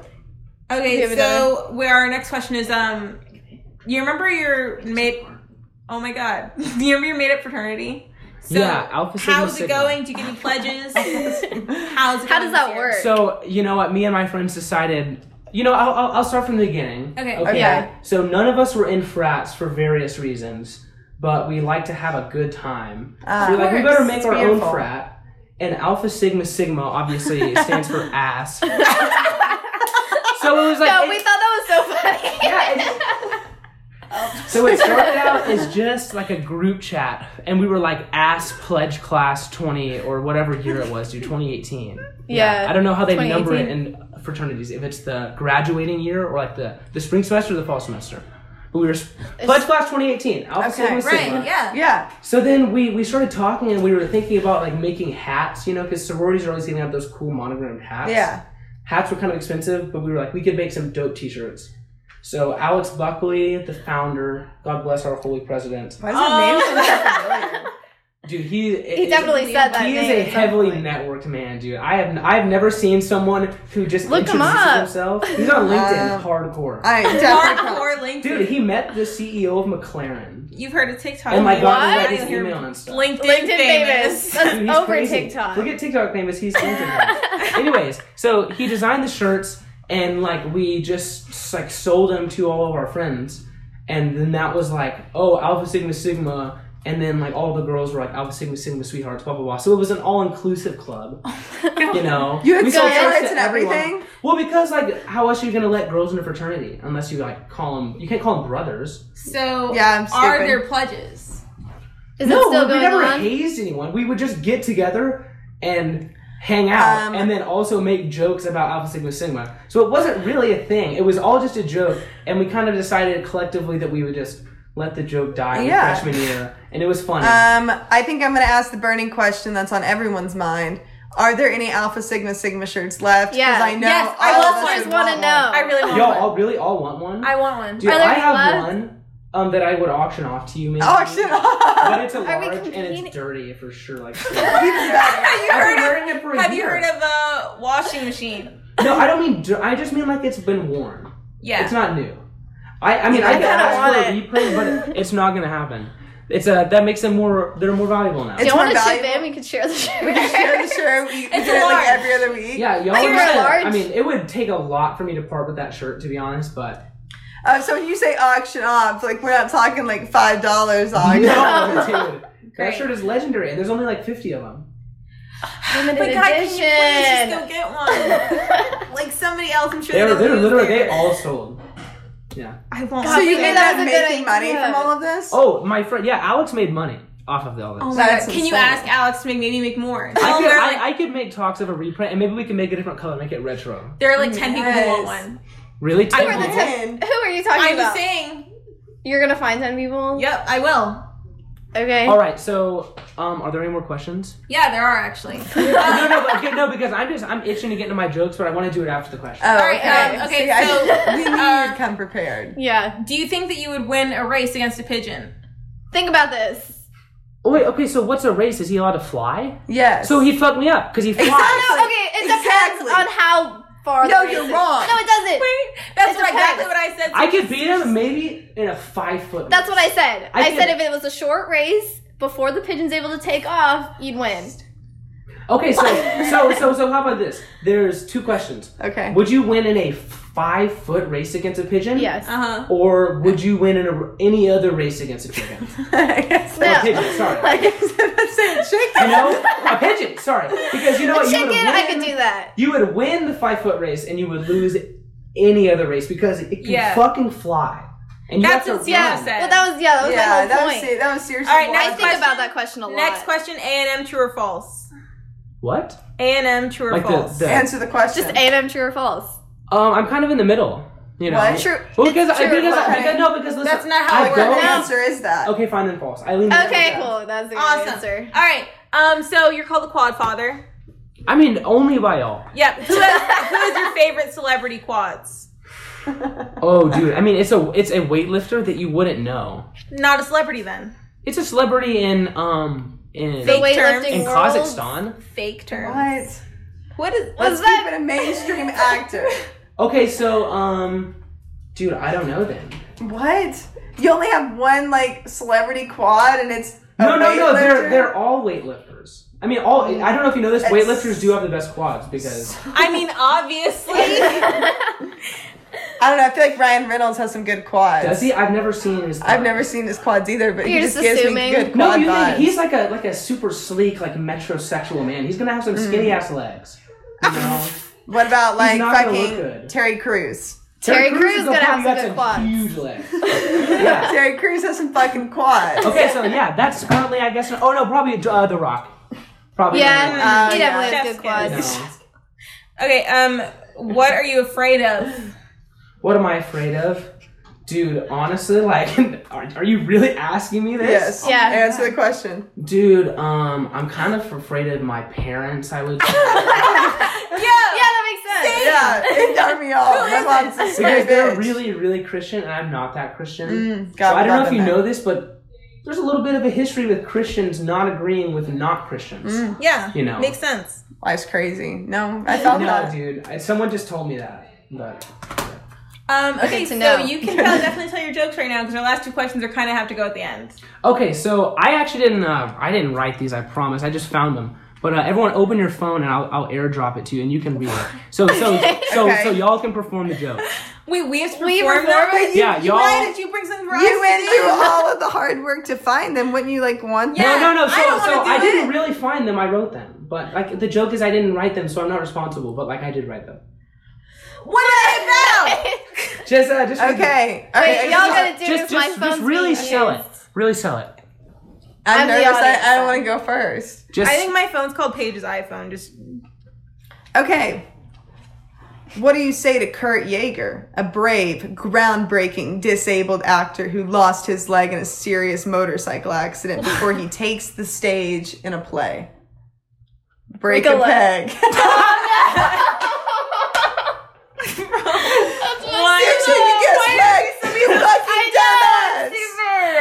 Speaker 4: Okay,
Speaker 2: have
Speaker 4: so where our next question is, um, you remember your made? Oh my god, do you remember your made up fraternity? So
Speaker 5: Yeah, Alpha Sigma
Speaker 4: How's it
Speaker 5: Sigma.
Speaker 4: going? Do you get any pledges? how's it
Speaker 2: How
Speaker 4: going
Speaker 2: does that
Speaker 4: this year?
Speaker 2: work?
Speaker 5: So you know what? Me and my friends decided. You know, I'll, I'll, I'll start from the beginning.
Speaker 4: Okay.
Speaker 3: Okay.
Speaker 5: So none of us were in frats for various reasons, but we like to have a good time. so we're like, we
Speaker 3: course.
Speaker 5: better make
Speaker 3: It's
Speaker 5: our
Speaker 3: beautiful.
Speaker 5: own frat. And Alpha Sigma Sigma obviously stands for ass. so it was like.
Speaker 2: no,
Speaker 5: it-
Speaker 2: we thought that was so funny.
Speaker 5: yeah, it- so it started out as just like a group chat, and we were like ass pledge class 20 or whatever year it was, dude, 2018.
Speaker 2: Yeah,
Speaker 5: I don't know how they number it
Speaker 2: 2018.
Speaker 5: in fraternities, if it's the graduating year or like the, the spring semester or the fall semester. But who we were Pledge Class 2018. Alpha
Speaker 3: Okay,
Speaker 5: Sigma
Speaker 2: Right,
Speaker 5: Sigma.
Speaker 2: yeah.
Speaker 3: Yeah.
Speaker 5: So then we we started talking and we were thinking about like making hats, you know, because sororities are always giving out those cool monogrammed hats.
Speaker 3: Yeah.
Speaker 5: Hats were kind of expensive, but we were like, we could make some dope T-shirts. So Alex Buckley, the founder, God bless our holy president,
Speaker 3: Why does
Speaker 4: Oh.
Speaker 3: that name sound so familiar?
Speaker 5: dude, he
Speaker 2: He definitely said that.
Speaker 5: he is
Speaker 2: name.
Speaker 5: a heavily networked man, dude. I have I've never seen someone who just
Speaker 2: Look him
Speaker 5: introduces
Speaker 2: up.
Speaker 5: himself. He's on LinkedIn,
Speaker 3: Wow.
Speaker 5: hardcore.
Speaker 3: I definitely.
Speaker 4: Hardcore LinkedIn.
Speaker 5: dude, he met the CEO of McLaren.
Speaker 4: You've heard of TikTok.
Speaker 5: Oh my
Speaker 4: famous.
Speaker 5: god, he
Speaker 2: What?
Speaker 5: got his email and stuff.
Speaker 4: LinkedIn,
Speaker 2: LinkedIn famous.
Speaker 4: famous.
Speaker 2: That's
Speaker 5: Dude, he's
Speaker 2: over
Speaker 5: crazy.
Speaker 2: TikTok.
Speaker 5: Look at TikTok famous. He's LinkedIn. Anyways, so he designed the shirts, and like we just like sold them to all of our friends, and then that was like, oh, Alpha Sigma Sigma. And then like all the girls were like Alpha Sigma Sigma sweethearts blah blah blah. So it was an all inclusive club, you know.
Speaker 3: Oh You had
Speaker 5: We sold
Speaker 3: sweethearts
Speaker 5: shirts to
Speaker 3: and
Speaker 5: everyone.
Speaker 3: everything?
Speaker 5: Well, because like how else are you gonna let girls in a fraternity unless you like call them? You can't call them brothers.
Speaker 4: So,
Speaker 3: Yeah, I'm
Speaker 4: are
Speaker 3: skipping.
Speaker 4: there pledges?
Speaker 2: Is
Speaker 5: No,
Speaker 2: it still
Speaker 5: we
Speaker 2: going
Speaker 5: never
Speaker 2: on?
Speaker 5: hazed anyone. We would just get together and hang out,
Speaker 3: Um,
Speaker 5: and then also make jokes about Alpha Sigma Sigma. So it wasn't really a thing. It was all just a joke, and we kind of decided collectively that we would just let the joke die in
Speaker 3: Yeah.
Speaker 5: freshman year, and it was funny.
Speaker 2: Uh,
Speaker 3: Um, I think I'm gonna ask the burning question that's on everyone's mind. Are there any Alpha Sigma Sigma shirts left? 'Cause
Speaker 2: Yeah.
Speaker 3: I know.
Speaker 4: Yes,
Speaker 3: all
Speaker 4: our
Speaker 3: of us
Speaker 2: listeners
Speaker 3: would
Speaker 2: wanna
Speaker 3: want
Speaker 2: know.
Speaker 3: one.
Speaker 4: I really want
Speaker 5: Y'all
Speaker 4: one.
Speaker 5: all really all want one.
Speaker 4: I want one.
Speaker 5: Dude,
Speaker 2: Are there
Speaker 5: I have
Speaker 2: gloves? Oh,
Speaker 5: one um, that I would auction off to you, maybe.
Speaker 3: Auction off.
Speaker 5: But it's a
Speaker 2: Are we
Speaker 5: large and
Speaker 2: competing?
Speaker 5: it's dirty for sure. Like,
Speaker 3: Even better.
Speaker 4: have you
Speaker 5: I've been
Speaker 4: heard
Speaker 5: wearing it for
Speaker 4: of,
Speaker 5: a
Speaker 4: have you
Speaker 5: year.
Speaker 4: heard of a washing machine?
Speaker 5: no, I don't mean. dir- I just mean like it's been worn.
Speaker 4: Yeah.
Speaker 5: It's not new. I, I mean, I,
Speaker 4: I
Speaker 5: could
Speaker 4: kinda
Speaker 5: ask for a
Speaker 4: want
Speaker 5: reprint, but it's not gonna happen. It's a that makes them more. They're more valuable now.
Speaker 2: Do
Speaker 3: It's
Speaker 2: you want to
Speaker 3: more
Speaker 2: ship
Speaker 3: valuable.
Speaker 2: in? We could share the shirt.
Speaker 3: We can share the shirt. We, we
Speaker 4: It's
Speaker 3: do it
Speaker 4: large.
Speaker 3: like every other week.
Speaker 5: yeah, y'all.
Speaker 2: You're
Speaker 5: gotta-
Speaker 2: large.
Speaker 5: I mean, it would take a lot for me to part with that shirt, to be honest. But
Speaker 3: Uh, so when you say auction off, like we're not talking like five dollars auction.
Speaker 5: no, dude, that
Speaker 4: Great.
Speaker 5: shirt is legendary, and there's only like 50 of them.
Speaker 2: Limited
Speaker 4: But God,
Speaker 2: edition.
Speaker 4: can you please just go get one? like somebody else, I'm sure
Speaker 5: They were,
Speaker 4: they'll
Speaker 5: they were
Speaker 4: use
Speaker 5: literally
Speaker 4: theirs.
Speaker 5: they all sold. Yeah.
Speaker 4: I want.
Speaker 3: So you
Speaker 2: Yeah,
Speaker 3: end
Speaker 2: that's
Speaker 3: up
Speaker 2: a good
Speaker 3: making money
Speaker 2: idea.
Speaker 3: from all of this?
Speaker 5: Oh, my friend. Yeah, Alex made money off of all this.
Speaker 4: Oh my
Speaker 3: That's
Speaker 4: God. Can you
Speaker 3: insane.
Speaker 4: ask Alex to make maybe make more?
Speaker 5: I
Speaker 4: Tell
Speaker 5: could,
Speaker 4: him there are
Speaker 5: I,
Speaker 4: like,
Speaker 5: I could make talks of a reprint, and maybe we can make a different color, make it retro.
Speaker 4: there are like ten people who want
Speaker 3: Yes.
Speaker 4: one.
Speaker 5: Really?
Speaker 4: I wear the
Speaker 5: Totally.
Speaker 4: tech-
Speaker 3: Man.
Speaker 2: Who are you talking
Speaker 4: I'm
Speaker 2: about?
Speaker 4: just saying.
Speaker 2: You're gonna find ten people.
Speaker 4: Yep, I will.
Speaker 2: Okay.
Speaker 5: all right. So, um, are there any more questions?
Speaker 4: Yeah, there are actually. Um,
Speaker 5: no, no, but, okay, no, because I'm just I'm itching to get into my jokes, but I want to do it after the question.
Speaker 2: Uh,
Speaker 3: Oh,
Speaker 4: right,
Speaker 3: okay.
Speaker 4: um, okay,
Speaker 3: See, I-
Speaker 4: so,
Speaker 3: we need
Speaker 4: uh,
Speaker 3: to come prepared.
Speaker 2: Yeah.
Speaker 4: Do you think that you would win a race against a pigeon?
Speaker 2: Think about this.
Speaker 5: oh wait, okay. So what's a race? Is he allowed to fly?
Speaker 3: Yes.
Speaker 5: So he fucked me up because he flies.
Speaker 3: Exactly.
Speaker 2: No, okay. It
Speaker 3: Exactly.
Speaker 2: depends on how far.
Speaker 3: No,
Speaker 2: the race
Speaker 3: you're
Speaker 2: is.
Speaker 3: wrong.
Speaker 2: No, it doesn't.
Speaker 4: That's
Speaker 2: It's
Speaker 4: what,
Speaker 2: a
Speaker 4: exactly
Speaker 2: pet.
Speaker 4: what I said.
Speaker 5: I could beat him maybe in a five foot.
Speaker 2: That's what I said.
Speaker 5: I
Speaker 2: I, said
Speaker 5: can-
Speaker 2: if it was a short race before the pigeon's able to take off, you'd win.
Speaker 5: Okay, so so so so how about this? There's two questions.
Speaker 3: Okay.
Speaker 5: Would you win in a five foot race against a pigeon?
Speaker 2: Yes.
Speaker 4: Uh huh.
Speaker 5: Or would you win in a, any other race against a pigeon?
Speaker 3: I guess
Speaker 5: Or
Speaker 2: No.
Speaker 5: pigeon, sorry.
Speaker 3: I guess that's it.
Speaker 5: You
Speaker 3: Chicken.
Speaker 5: know, a pigeon. Sorry, because you know what? You
Speaker 2: Chicken,
Speaker 5: would win,
Speaker 2: I could do that.
Speaker 5: You would win the five foot race, and you would lose any other race because it can
Speaker 4: Yeah.
Speaker 5: fucking fly. And you
Speaker 4: That's
Speaker 5: have
Speaker 4: what's-
Speaker 5: to
Speaker 4: yeah,
Speaker 5: run.
Speaker 4: said.
Speaker 2: Well, that was yeah, that was
Speaker 3: Yeah,
Speaker 2: my
Speaker 3: that
Speaker 2: whole
Speaker 3: was
Speaker 2: point.
Speaker 3: se- that was seriously.
Speaker 4: All right,
Speaker 3: wild.
Speaker 2: I
Speaker 4: next
Speaker 2: think
Speaker 4: question.
Speaker 2: about that question a lot.
Speaker 4: Next question: A and M, true or false?
Speaker 5: What?
Speaker 4: A and M, true or
Speaker 5: Like the-
Speaker 4: false?
Speaker 5: the-
Speaker 3: Answer the question.
Speaker 2: Just A and M, true or false?
Speaker 5: Um, I'm kind of in the middle. You know.
Speaker 3: What?
Speaker 2: True.
Speaker 5: Well, because
Speaker 2: It's
Speaker 5: I,
Speaker 2: true,
Speaker 5: because, I,
Speaker 3: but-
Speaker 5: because no, because listen,
Speaker 4: That's not how
Speaker 5: I
Speaker 4: it
Speaker 3: What
Speaker 5: go-
Speaker 2: works. No.
Speaker 3: answer is that?
Speaker 5: Okay, fine and false. I lean. towards
Speaker 2: Okay,
Speaker 5: that.
Speaker 2: cool. That's a good
Speaker 4: Awesome.
Speaker 2: answer.
Speaker 4: All right. Um. So you're called the quad father.
Speaker 5: I mean, only by y'all.
Speaker 4: Yep. Who is, who is your favorite celebrity quads?
Speaker 5: Oh, dude. I mean, it's a it's a weightlifter that you wouldn't know.
Speaker 4: Not a celebrity then.
Speaker 5: It's a celebrity in um
Speaker 2: The
Speaker 5: in
Speaker 4: Fake terms.
Speaker 2: weightlifting
Speaker 5: in
Speaker 2: world.
Speaker 5: Kazakhstan.
Speaker 4: Fake term.
Speaker 3: What?
Speaker 4: What is?
Speaker 2: What
Speaker 3: Let's
Speaker 2: is that?
Speaker 3: keep it a mainstream actor.
Speaker 5: Okay, so um, dude, I don't know then.
Speaker 3: What? You only have one like celebrity quad, and it's a
Speaker 5: No, no, no. They're
Speaker 3: weightlifter?
Speaker 5: they're all weightlifters. I mean, all. I don't know if you know this.
Speaker 3: It's-
Speaker 5: Weightlifters do have the best quads because.
Speaker 4: I mean, obviously.
Speaker 3: I don't know. I feel like Ryan Reynolds has some good quads.
Speaker 5: Does he? I've never seen his.
Speaker 3: I've never seen his quads either, but he
Speaker 2: You're
Speaker 3: just,
Speaker 2: just
Speaker 3: gives me
Speaker 2: assuming.
Speaker 3: good
Speaker 5: No,
Speaker 3: quad
Speaker 5: you
Speaker 3: vibes.
Speaker 5: think he's like a like a super sleek, like metrosexual man. He's gonna have some
Speaker 2: Mm.
Speaker 5: skinny ass legs. You know?
Speaker 3: what about like
Speaker 5: not gonna look
Speaker 3: fucking
Speaker 5: good.
Speaker 3: Terry Crews?
Speaker 2: Terry Crews
Speaker 5: is
Speaker 2: gonna
Speaker 5: a
Speaker 2: have
Speaker 5: guy
Speaker 2: some
Speaker 5: who
Speaker 2: good
Speaker 5: got
Speaker 2: quads.
Speaker 5: Huge legs. yeah. Oh,
Speaker 3: Terry Crews has some fucking quads.
Speaker 5: Okay, so yeah, that's currently I guess. Oh no, probably uh, The Rock. Probably. The Rock.
Speaker 2: Yeah,
Speaker 3: Uh,
Speaker 2: he definitely
Speaker 4: yeah.
Speaker 2: has good
Speaker 5: You
Speaker 2: quads.
Speaker 5: know.
Speaker 4: okay. Um. What are you afraid of?
Speaker 5: What am I afraid of? dude, honestly, like, are, are you really asking me this?
Speaker 3: Yes.
Speaker 2: Yeah.
Speaker 3: Answer the question.
Speaker 5: Dude, um, I'm kind of afraid of my parents. I would
Speaker 2: Yeah, that makes sense.
Speaker 3: Yeah, it got me off. My mom's a
Speaker 5: because
Speaker 3: sweet
Speaker 5: they're
Speaker 3: bitch.
Speaker 5: really, really Christian, and I'm not that Christian.
Speaker 3: Mm,
Speaker 5: so
Speaker 3: God,
Speaker 5: I don't know
Speaker 3: love
Speaker 5: if you
Speaker 3: them
Speaker 5: know
Speaker 3: then.
Speaker 5: this, but there's a little bit of a history with Christians not agreeing with not Christians.
Speaker 3: Mm,
Speaker 4: Yeah.
Speaker 5: You know.
Speaker 4: Makes sense.
Speaker 3: Life's crazy. No, I felt
Speaker 5: No,
Speaker 3: that.
Speaker 5: dude, I, someone just told me that. But
Speaker 4: Um, okay,
Speaker 2: Good to
Speaker 4: so
Speaker 2: know.
Speaker 4: you can tell, definitely tell your jokes right now because our last two questions are kind of have to go at the end.
Speaker 5: okay, so I actually didn't. Uh, I didn't write these. I promise. I just found them. But uh, everyone, open your phone and I'll, I'll airdrop it to you, and you can read it. So, so, so,
Speaker 3: Okay.
Speaker 5: so, y'all can perform the joke.
Speaker 4: Wait, we have to
Speaker 2: We
Speaker 4: perform
Speaker 2: perform
Speaker 4: them?
Speaker 2: it?
Speaker 5: Yeah, y'all.
Speaker 4: Why did you bring something for us?
Speaker 3: You went
Speaker 4: to
Speaker 3: through
Speaker 4: do?
Speaker 3: all of the hard work to find them. Wouldn't you like want them?
Speaker 5: No, no, no.
Speaker 4: I
Speaker 5: So,
Speaker 4: don't wanna
Speaker 5: so
Speaker 4: do
Speaker 5: I didn't
Speaker 4: it.
Speaker 5: really find them. I wrote them, but like the joke is I didn't write them, so I'm not responsible. But like I did write them.
Speaker 4: What are they about?
Speaker 5: Just, uh, just read them.
Speaker 3: Okay. All
Speaker 2: Wait,
Speaker 3: right.
Speaker 2: y'all gotta do
Speaker 5: just,
Speaker 2: this. My
Speaker 5: just,
Speaker 2: phone's
Speaker 5: just
Speaker 2: being
Speaker 5: really sell it.
Speaker 2: used.
Speaker 5: Really sell it.
Speaker 3: I'm,
Speaker 2: I'm the
Speaker 3: nervous.
Speaker 2: audience,
Speaker 3: I, I
Speaker 2: so-
Speaker 3: want to go first.
Speaker 5: Just
Speaker 4: I think my phone's called Paige's iPhone. Just
Speaker 3: Okay. What do you say to Kurt Yeager, a brave, groundbreaking, disabled actor who lost his leg in a serious motorcycle accident before he takes the stage in a play? Break
Speaker 2: Break a
Speaker 3: a peg.
Speaker 4: why
Speaker 3: Seriously, he gets pegged. You fucking dumbass.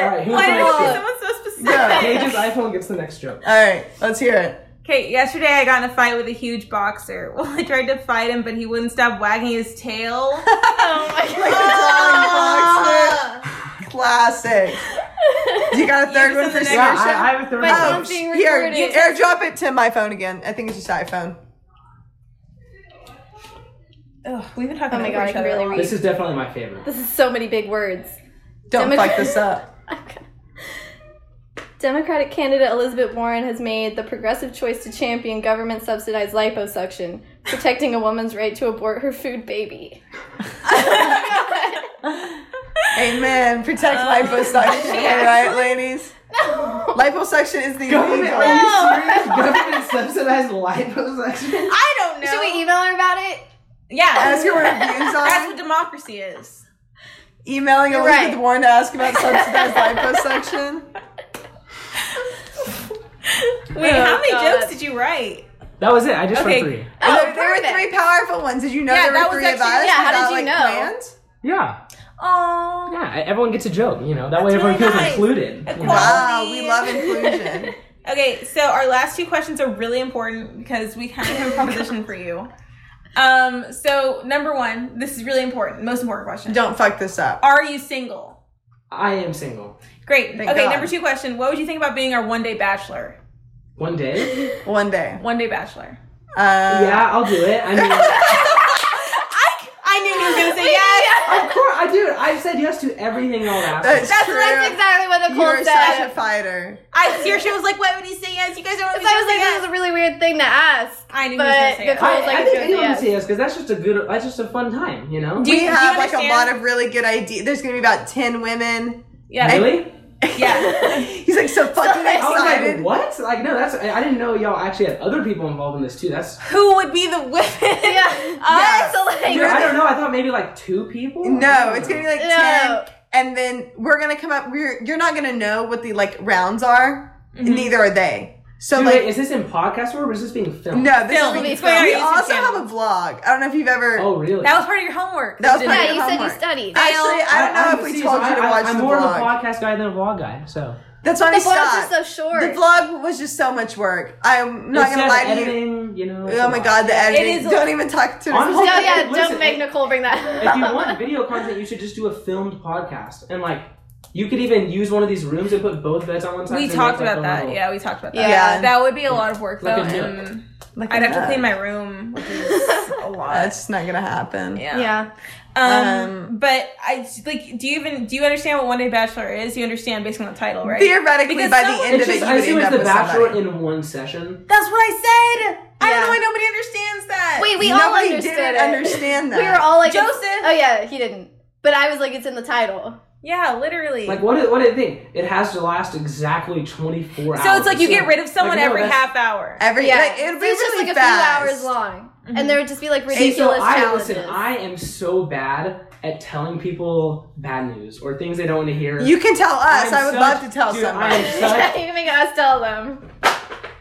Speaker 5: all right. Who's
Speaker 4: Why did it be
Speaker 5: next?
Speaker 4: someone so specific?
Speaker 3: Yeah.
Speaker 5: Paige's iPhone gets the next joke.
Speaker 3: All right, let's hear it.
Speaker 4: Okay, yesterday I got in a fight with a huge boxer. Well, I tried to fight him, but he wouldn't stop wagging his tail.
Speaker 2: Oh my
Speaker 3: Like the drawing boxer. Classic. You got a third
Speaker 4: just
Speaker 3: one
Speaker 4: said
Speaker 3: for
Speaker 4: the next
Speaker 5: Yeah,
Speaker 3: Singer
Speaker 4: one.
Speaker 3: Show?
Speaker 5: I, I have a third
Speaker 2: But
Speaker 5: one.
Speaker 3: Oh,
Speaker 2: Someone's
Speaker 3: sh-
Speaker 2: being
Speaker 3: here,
Speaker 2: recorded.
Speaker 3: airdrop it to my phone again. I think it's just iPhone.
Speaker 4: Ugh, we've been talking
Speaker 2: Oh my
Speaker 4: over
Speaker 2: God, I
Speaker 4: each
Speaker 2: can
Speaker 4: other
Speaker 2: really
Speaker 4: a lot.
Speaker 2: read.
Speaker 5: This is definitely my favorite.
Speaker 2: This is so many big words.
Speaker 3: Don't
Speaker 2: Democrat-
Speaker 3: fuck this up.
Speaker 2: Democratic candidate Elizabeth Warren has made the progressive choice to champion government subsidized liposuction, protecting a woman's right to abort her food baby. Oh
Speaker 3: Amen. Protect
Speaker 4: Oh.
Speaker 3: liposuction, all right, ladies? Liposuction is the
Speaker 5: Government,
Speaker 3: legal.
Speaker 5: are you serious? Government subsidized liposuction?
Speaker 4: I don't know.
Speaker 2: Should we email her about it?
Speaker 4: Yeah,
Speaker 3: Ask her what her views
Speaker 4: that's
Speaker 3: on
Speaker 4: what democracy is.
Speaker 3: emailing
Speaker 2: You're
Speaker 3: Elizabeth
Speaker 2: right.
Speaker 3: Warren to ask about subsidized liposuction.
Speaker 4: Wait,
Speaker 2: Oh,
Speaker 4: how many
Speaker 2: God.
Speaker 4: jokes did you write?
Speaker 5: That was it. I just
Speaker 4: Okay.
Speaker 5: read three.
Speaker 2: Oh,
Speaker 3: there, there were
Speaker 2: perfect.
Speaker 3: three powerful ones. Did you know
Speaker 4: Yeah,
Speaker 3: there
Speaker 4: that
Speaker 3: were
Speaker 4: was
Speaker 3: three of
Speaker 4: actually-
Speaker 3: us?
Speaker 2: yeah, how
Speaker 3: without,
Speaker 2: did you
Speaker 3: like,
Speaker 2: know?
Speaker 3: planned?
Speaker 5: Yeah.
Speaker 4: Oh,
Speaker 2: Um,
Speaker 5: Yeah. e, Everyone gets a joke. You know. That way everyone
Speaker 4: really
Speaker 5: feels
Speaker 4: nice.
Speaker 5: included. you know?
Speaker 4: Wow.
Speaker 3: Wow, Ah, we love inclusion.
Speaker 4: Okay, so our last two questions are really important because we kind of have a proposition for you. Um, so number one, this is really important, most important question.
Speaker 3: Don't fuck this up.
Speaker 4: Are you single?
Speaker 5: I am single.
Speaker 4: Great.
Speaker 3: Thank
Speaker 4: okay,
Speaker 3: God.
Speaker 4: number two question. What would you think about being our one day bachelor?
Speaker 5: One day.
Speaker 3: One day.
Speaker 4: One day bachelor.
Speaker 3: Uh,
Speaker 5: Yeah, I'll do it. I mean,
Speaker 4: I, I knew you were gonna say yes.
Speaker 5: of course, I do. I've said yes to everything y'all
Speaker 3: That's,
Speaker 5: asked.
Speaker 2: That's,
Speaker 3: true.
Speaker 2: that's exactly what the
Speaker 3: You're
Speaker 2: Nicole
Speaker 3: such a
Speaker 2: said.
Speaker 3: fighter.
Speaker 4: I seriously was like, why would he say yes? You guys don't want
Speaker 2: Because
Speaker 4: me
Speaker 2: I was
Speaker 4: to say
Speaker 2: like, this is
Speaker 4: yes.
Speaker 2: a really weird thing to ask.
Speaker 4: I knew he was gonna say
Speaker 2: but the
Speaker 4: yes.
Speaker 2: call
Speaker 5: I,
Speaker 2: was like,
Speaker 5: I
Speaker 2: it's
Speaker 5: think
Speaker 2: good
Speaker 5: anyone can
Speaker 2: yes.
Speaker 5: say yes because that's just a good. That's just a fun time. You know.
Speaker 4: Do
Speaker 3: We
Speaker 4: you- do you
Speaker 3: have like a
Speaker 4: understand?
Speaker 3: lot of really good ideas. There's gonna be about ten women.
Speaker 4: Yeah.
Speaker 5: really?
Speaker 4: Yeah.
Speaker 3: He's like so fucking
Speaker 5: I was
Speaker 3: excited.
Speaker 5: like, what? Like, no, that's. I, I didn't know y'all actually had other people involved in this too. That's.
Speaker 4: Who would be the women?
Speaker 2: Yeah.
Speaker 3: Yeah.
Speaker 2: So like,
Speaker 5: Dude, I don't know. I thought maybe like two people.
Speaker 3: No, it's gonna be like
Speaker 2: No.
Speaker 3: ten, and then we're gonna come up. We're you're not gonna know what the like rounds are. Neither are they. So
Speaker 5: Dude,
Speaker 3: like,
Speaker 5: wait, is this in podcast form or is this being filmed?
Speaker 3: no, this
Speaker 4: Film.
Speaker 3: is
Speaker 4: It's going on
Speaker 3: we
Speaker 4: our YouTube
Speaker 3: also
Speaker 4: channel.
Speaker 3: have a vlog. I don't know if you've ever.
Speaker 5: Oh, really?
Speaker 4: That was part of your homework.
Speaker 3: That was
Speaker 4: Didn't it?
Speaker 3: part
Speaker 2: yeah,
Speaker 3: of
Speaker 2: you said you
Speaker 3: homework.
Speaker 2: studied.
Speaker 3: Actually, I don't know if we
Speaker 5: see,
Speaker 3: told
Speaker 5: so
Speaker 3: you to
Speaker 5: I,
Speaker 3: watch
Speaker 5: I, am
Speaker 3: the
Speaker 5: more
Speaker 3: vlog.
Speaker 5: of a podcast guy than a vlog guy, so.
Speaker 3: That's why
Speaker 2: the
Speaker 3: I
Speaker 2: vlogs
Speaker 3: stopped.
Speaker 2: are so short.
Speaker 3: The vlog was just so much work. I'm not
Speaker 5: It
Speaker 3: gonna
Speaker 5: says
Speaker 3: lie to you.
Speaker 5: editing, you know. it's
Speaker 3: Oh
Speaker 5: a
Speaker 3: my
Speaker 5: lot.
Speaker 3: god, the editing.
Speaker 4: is a-
Speaker 3: Don't even talk to
Speaker 5: Honestly,
Speaker 2: no,
Speaker 3: us.
Speaker 2: yeah,
Speaker 5: Listen,
Speaker 2: don't make
Speaker 5: if-
Speaker 2: Nicole bring that up.
Speaker 5: If you want video content, you should just do a filmed podcast. And, like, you could even use one of these rooms and put both beds on one side.
Speaker 4: We
Speaker 5: so you
Speaker 4: talked
Speaker 5: have,
Speaker 4: about
Speaker 5: like, a
Speaker 4: that.
Speaker 5: little-
Speaker 4: Yeah, we talked about that.
Speaker 3: Yeah.
Speaker 4: That would be a lot of work though.
Speaker 5: Like a
Speaker 4: and
Speaker 3: Look
Speaker 4: I'd
Speaker 3: at
Speaker 4: have to
Speaker 3: that.
Speaker 4: clean my room, which is a lot.
Speaker 3: That's just not gonna happen.
Speaker 4: Yeah.
Speaker 2: yeah.
Speaker 4: Um,
Speaker 3: Um,
Speaker 4: but I like. Do you even do you understand what One Day Bachelor is? You understand based on the title, right?
Speaker 3: Theoretically,
Speaker 4: Because
Speaker 3: by the
Speaker 4: someone-
Speaker 3: end of
Speaker 5: It's
Speaker 3: it,
Speaker 5: just,
Speaker 3: you
Speaker 5: I
Speaker 3: would
Speaker 5: assume
Speaker 3: end
Speaker 5: it's
Speaker 3: up
Speaker 5: The
Speaker 3: with
Speaker 5: Bachelor
Speaker 3: somebody.
Speaker 5: in one session.
Speaker 4: That's what I said. I don't
Speaker 3: Yeah.
Speaker 4: know why nobody understands that.
Speaker 2: Wait, we all
Speaker 3: Nobody
Speaker 2: understood
Speaker 3: didn't
Speaker 2: it.
Speaker 3: understand that.
Speaker 2: We were all like, it's-
Speaker 4: Joseph!
Speaker 2: Oh yeah, he didn't. But I was like, it's in the title.
Speaker 4: yeah, literally.
Speaker 5: Like, what, do- what do you think? It has to last exactly 24 hours.
Speaker 4: so it's like you get rid of someone
Speaker 5: Like, no,
Speaker 4: every
Speaker 5: that's-
Speaker 4: half hour.
Speaker 3: every
Speaker 2: Yeah,
Speaker 3: like, it'd
Speaker 2: So
Speaker 3: be
Speaker 2: it's
Speaker 3: really
Speaker 2: just like
Speaker 3: fast.
Speaker 2: a few hours long, and there would just be like
Speaker 5: See,
Speaker 2: ridiculous
Speaker 5: Mm-hmm. so I
Speaker 2: challenges.
Speaker 5: listen. I am so bad at telling people bad news or things they don't want to hear.
Speaker 3: You can tell us.
Speaker 5: I'm
Speaker 3: I would
Speaker 5: such-
Speaker 3: love to tell
Speaker 5: dude,
Speaker 3: someone.
Speaker 5: I am such-
Speaker 2: you make us tell them.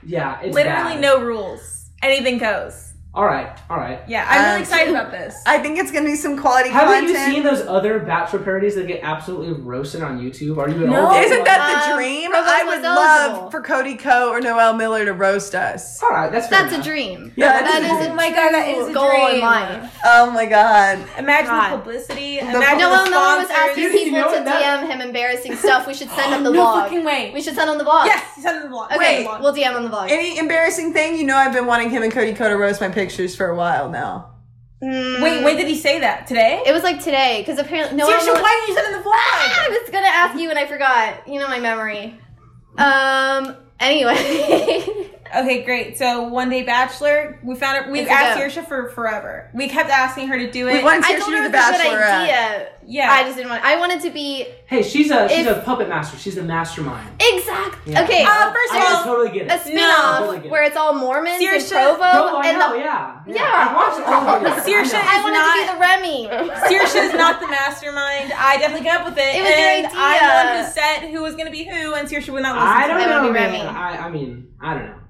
Speaker 5: yeah, it's
Speaker 4: Literally
Speaker 5: bad.
Speaker 4: no rules. Anything goes.
Speaker 5: All right, all right.
Speaker 4: Yeah, I'm
Speaker 3: Um,
Speaker 4: really excited about this.
Speaker 3: I think it's gonna be some quality
Speaker 5: Haven't
Speaker 3: content.
Speaker 5: you seen those other Bachelor parodies that get absolutely roasted on YouTube? Are you an
Speaker 4: No.
Speaker 5: old?
Speaker 3: Isn't that the
Speaker 2: Um,
Speaker 3: dream?
Speaker 2: Robots
Speaker 3: I would
Speaker 2: was eligible.
Speaker 3: love for Cody Co or Noel Miller to roast us.
Speaker 5: All right, that's fair
Speaker 2: That's a
Speaker 5: enough.
Speaker 2: dream.
Speaker 5: Yeah,
Speaker 3: That
Speaker 5: that's
Speaker 2: That
Speaker 5: a
Speaker 2: is
Speaker 5: dream.
Speaker 2: a my God,
Speaker 4: that is a
Speaker 2: goal in
Speaker 4: dream.
Speaker 2: life.
Speaker 3: Oh my god.
Speaker 4: Imagine
Speaker 2: God.
Speaker 4: the publicity. Imagine
Speaker 2: No
Speaker 4: the
Speaker 2: one, no one was
Speaker 4: sponsors.
Speaker 2: asking
Speaker 5: You didn't
Speaker 2: people
Speaker 5: know
Speaker 2: to
Speaker 5: that-
Speaker 2: DM him embarrassing stuff. We should send him the
Speaker 4: no
Speaker 2: vlog.
Speaker 4: fucking way.
Speaker 2: We should send him the vlog.
Speaker 4: yes, send them the vlog.
Speaker 2: Okay,
Speaker 4: Send them the vlog.
Speaker 2: we'll DM him the vlog.
Speaker 3: Any embarrassing thing? You know I've been wanting him and Cody Co to roast my pictures for a while now.
Speaker 2: Mm,
Speaker 4: Wait, when did he say that? Today?
Speaker 2: It was like today because apparently no
Speaker 4: Seriously,
Speaker 2: one.
Speaker 4: why didn't you send him the vlog?
Speaker 2: I was gonna ask you and I forgot. You know my memory. Um. Anyway.
Speaker 4: Okay, great. So one day bachelor, we found her. We've
Speaker 2: It's a
Speaker 4: asked
Speaker 2: go.
Speaker 4: Yersha for forever. We kept asking her to do it.
Speaker 3: We wanted
Speaker 2: I
Speaker 3: to
Speaker 2: told
Speaker 3: do
Speaker 2: her
Speaker 3: the
Speaker 2: it was a good
Speaker 3: Bachelorette.
Speaker 2: idea.
Speaker 4: yeah,
Speaker 2: I just didn't want. I wanted to be
Speaker 5: Hey, she's a she's
Speaker 2: If-
Speaker 5: a puppet master. She's the mastermind.
Speaker 2: exact.
Speaker 5: Yeah.
Speaker 2: Okay.
Speaker 4: Uh, first of
Speaker 5: I
Speaker 4: all,
Speaker 5: can totally get
Speaker 2: a
Speaker 5: it.
Speaker 2: spin-off
Speaker 5: No.
Speaker 2: where it's all Mormons
Speaker 4: Saoirse-
Speaker 2: and Provo
Speaker 5: No, I
Speaker 2: and
Speaker 5: know,
Speaker 2: the,
Speaker 5: yeah.
Speaker 2: Yeah.
Speaker 5: I watched all of it.
Speaker 4: Saoirse
Speaker 5: I know.
Speaker 2: I wanted to be the Remy.
Speaker 4: Saoirse is not the mastermind. I definitely came up with it.
Speaker 2: It was your
Speaker 4: and I'm the one
Speaker 2: idea.
Speaker 4: who said who was going to be who, and Saoirse would not listen.
Speaker 5: I
Speaker 4: to
Speaker 5: don't
Speaker 4: it.
Speaker 2: I wanna
Speaker 5: know,
Speaker 2: be
Speaker 5: man.
Speaker 2: Remy.
Speaker 5: I, I mean, I don't know.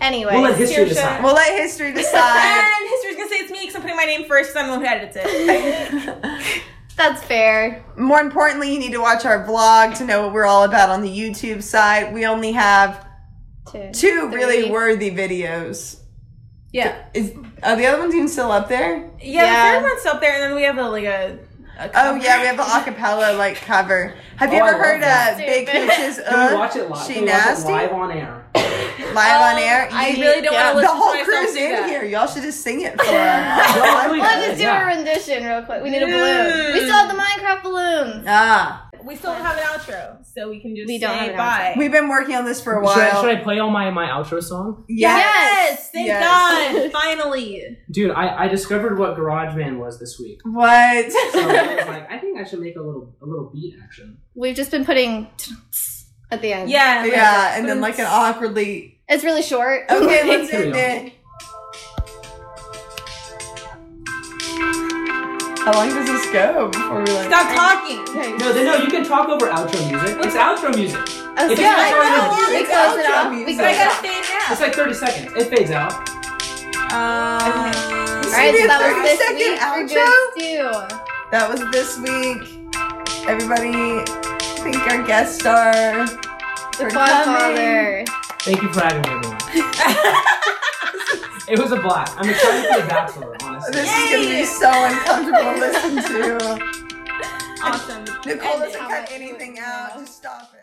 Speaker 2: Anyway.
Speaker 5: We'll let history
Speaker 4: Saoirse.
Speaker 5: decide.
Speaker 3: We'll let history decide.
Speaker 4: And history's going to say it's me because I'm putting my name first because I'm the one who edits it.
Speaker 2: That's fair.
Speaker 3: More importantly, you need to watch our vlog to know what we're all about on the YouTube side. We only have
Speaker 2: Two.
Speaker 3: two really
Speaker 2: Three.
Speaker 3: worthy videos.
Speaker 4: yeah.
Speaker 3: Is are the other ones even still up there?
Speaker 4: yeah,
Speaker 2: Yeah.
Speaker 4: The third one's up there, and then we have a, like a. a
Speaker 3: Oh
Speaker 4: cover.
Speaker 3: yeah, we have the acapella like cover. Have you
Speaker 5: Oh, I
Speaker 3: ever
Speaker 5: love
Speaker 3: heard
Speaker 5: that.
Speaker 3: of Big
Speaker 2: Stupid.
Speaker 3: Hooch's
Speaker 5: Can we
Speaker 3: Uh?
Speaker 5: watch it live?
Speaker 3: She
Speaker 5: Can we watch
Speaker 3: nasty?
Speaker 5: it live on air?
Speaker 3: Live on
Speaker 4: Oh,
Speaker 3: air.
Speaker 4: I
Speaker 3: You-
Speaker 4: really don't
Speaker 2: yeah.
Speaker 4: want to
Speaker 3: The
Speaker 4: listen
Speaker 3: whole
Speaker 4: to myself
Speaker 3: crew's
Speaker 4: do
Speaker 3: in
Speaker 4: that.
Speaker 3: here. Y'all should just sing it for us.
Speaker 5: Totally
Speaker 2: Let's
Speaker 5: good,
Speaker 2: just do
Speaker 5: yeah.
Speaker 2: a rendition real quick. We need a balloon.
Speaker 4: Mm.
Speaker 2: We still have the Minecraft balloons.
Speaker 3: ah,
Speaker 4: We still don't have an outro, so we can just
Speaker 2: We
Speaker 4: say
Speaker 2: don't have an
Speaker 4: bye.
Speaker 3: we've been working on this for a
Speaker 5: Should I,
Speaker 3: while.
Speaker 5: should I play all my, my outro song?
Speaker 4: Yes, thank God,
Speaker 3: Yes.
Speaker 4: finally.
Speaker 5: Dude, I, I discovered what GarageBand was this week. So
Speaker 3: What?
Speaker 5: I was like, I think I should make a little a little beat action.
Speaker 2: We've just been putting at the end.
Speaker 4: Yeah,
Speaker 3: yeah, and then like an awkwardly.
Speaker 2: It's really short.
Speaker 3: Okay, let's
Speaker 5: Here we
Speaker 3: end
Speaker 5: go.
Speaker 3: it. How long does this go before we like?
Speaker 4: Stop talking.
Speaker 5: No, then, no, you can talk over outro music. It's outro music.
Speaker 2: I was like,
Speaker 5: If you
Speaker 3: Yeah,
Speaker 5: guys
Speaker 3: I
Speaker 5: already-
Speaker 3: know, yeah,
Speaker 2: we
Speaker 3: it's
Speaker 2: close it
Speaker 3: outro
Speaker 2: off. We
Speaker 3: music.
Speaker 4: But I
Speaker 2: close it
Speaker 4: gotta
Speaker 2: off.
Speaker 4: stay now.
Speaker 5: It's like 30 seconds. It fades out.
Speaker 3: Um,
Speaker 2: All right, so that was this week
Speaker 3: second
Speaker 2: for Good Stew.
Speaker 3: That was this week. Everybody, thank our guest star. for
Speaker 2: The Podfather.
Speaker 5: Thank you for having me, everyone. it was a blast. I'm excited for The Bachelor, honestly.
Speaker 3: This is gonna be so uncomfortable to listen to.
Speaker 4: awesome.
Speaker 3: Nicole
Speaker 2: And
Speaker 3: doesn't
Speaker 2: how
Speaker 3: cut
Speaker 2: much-
Speaker 3: anything out. Just stop it.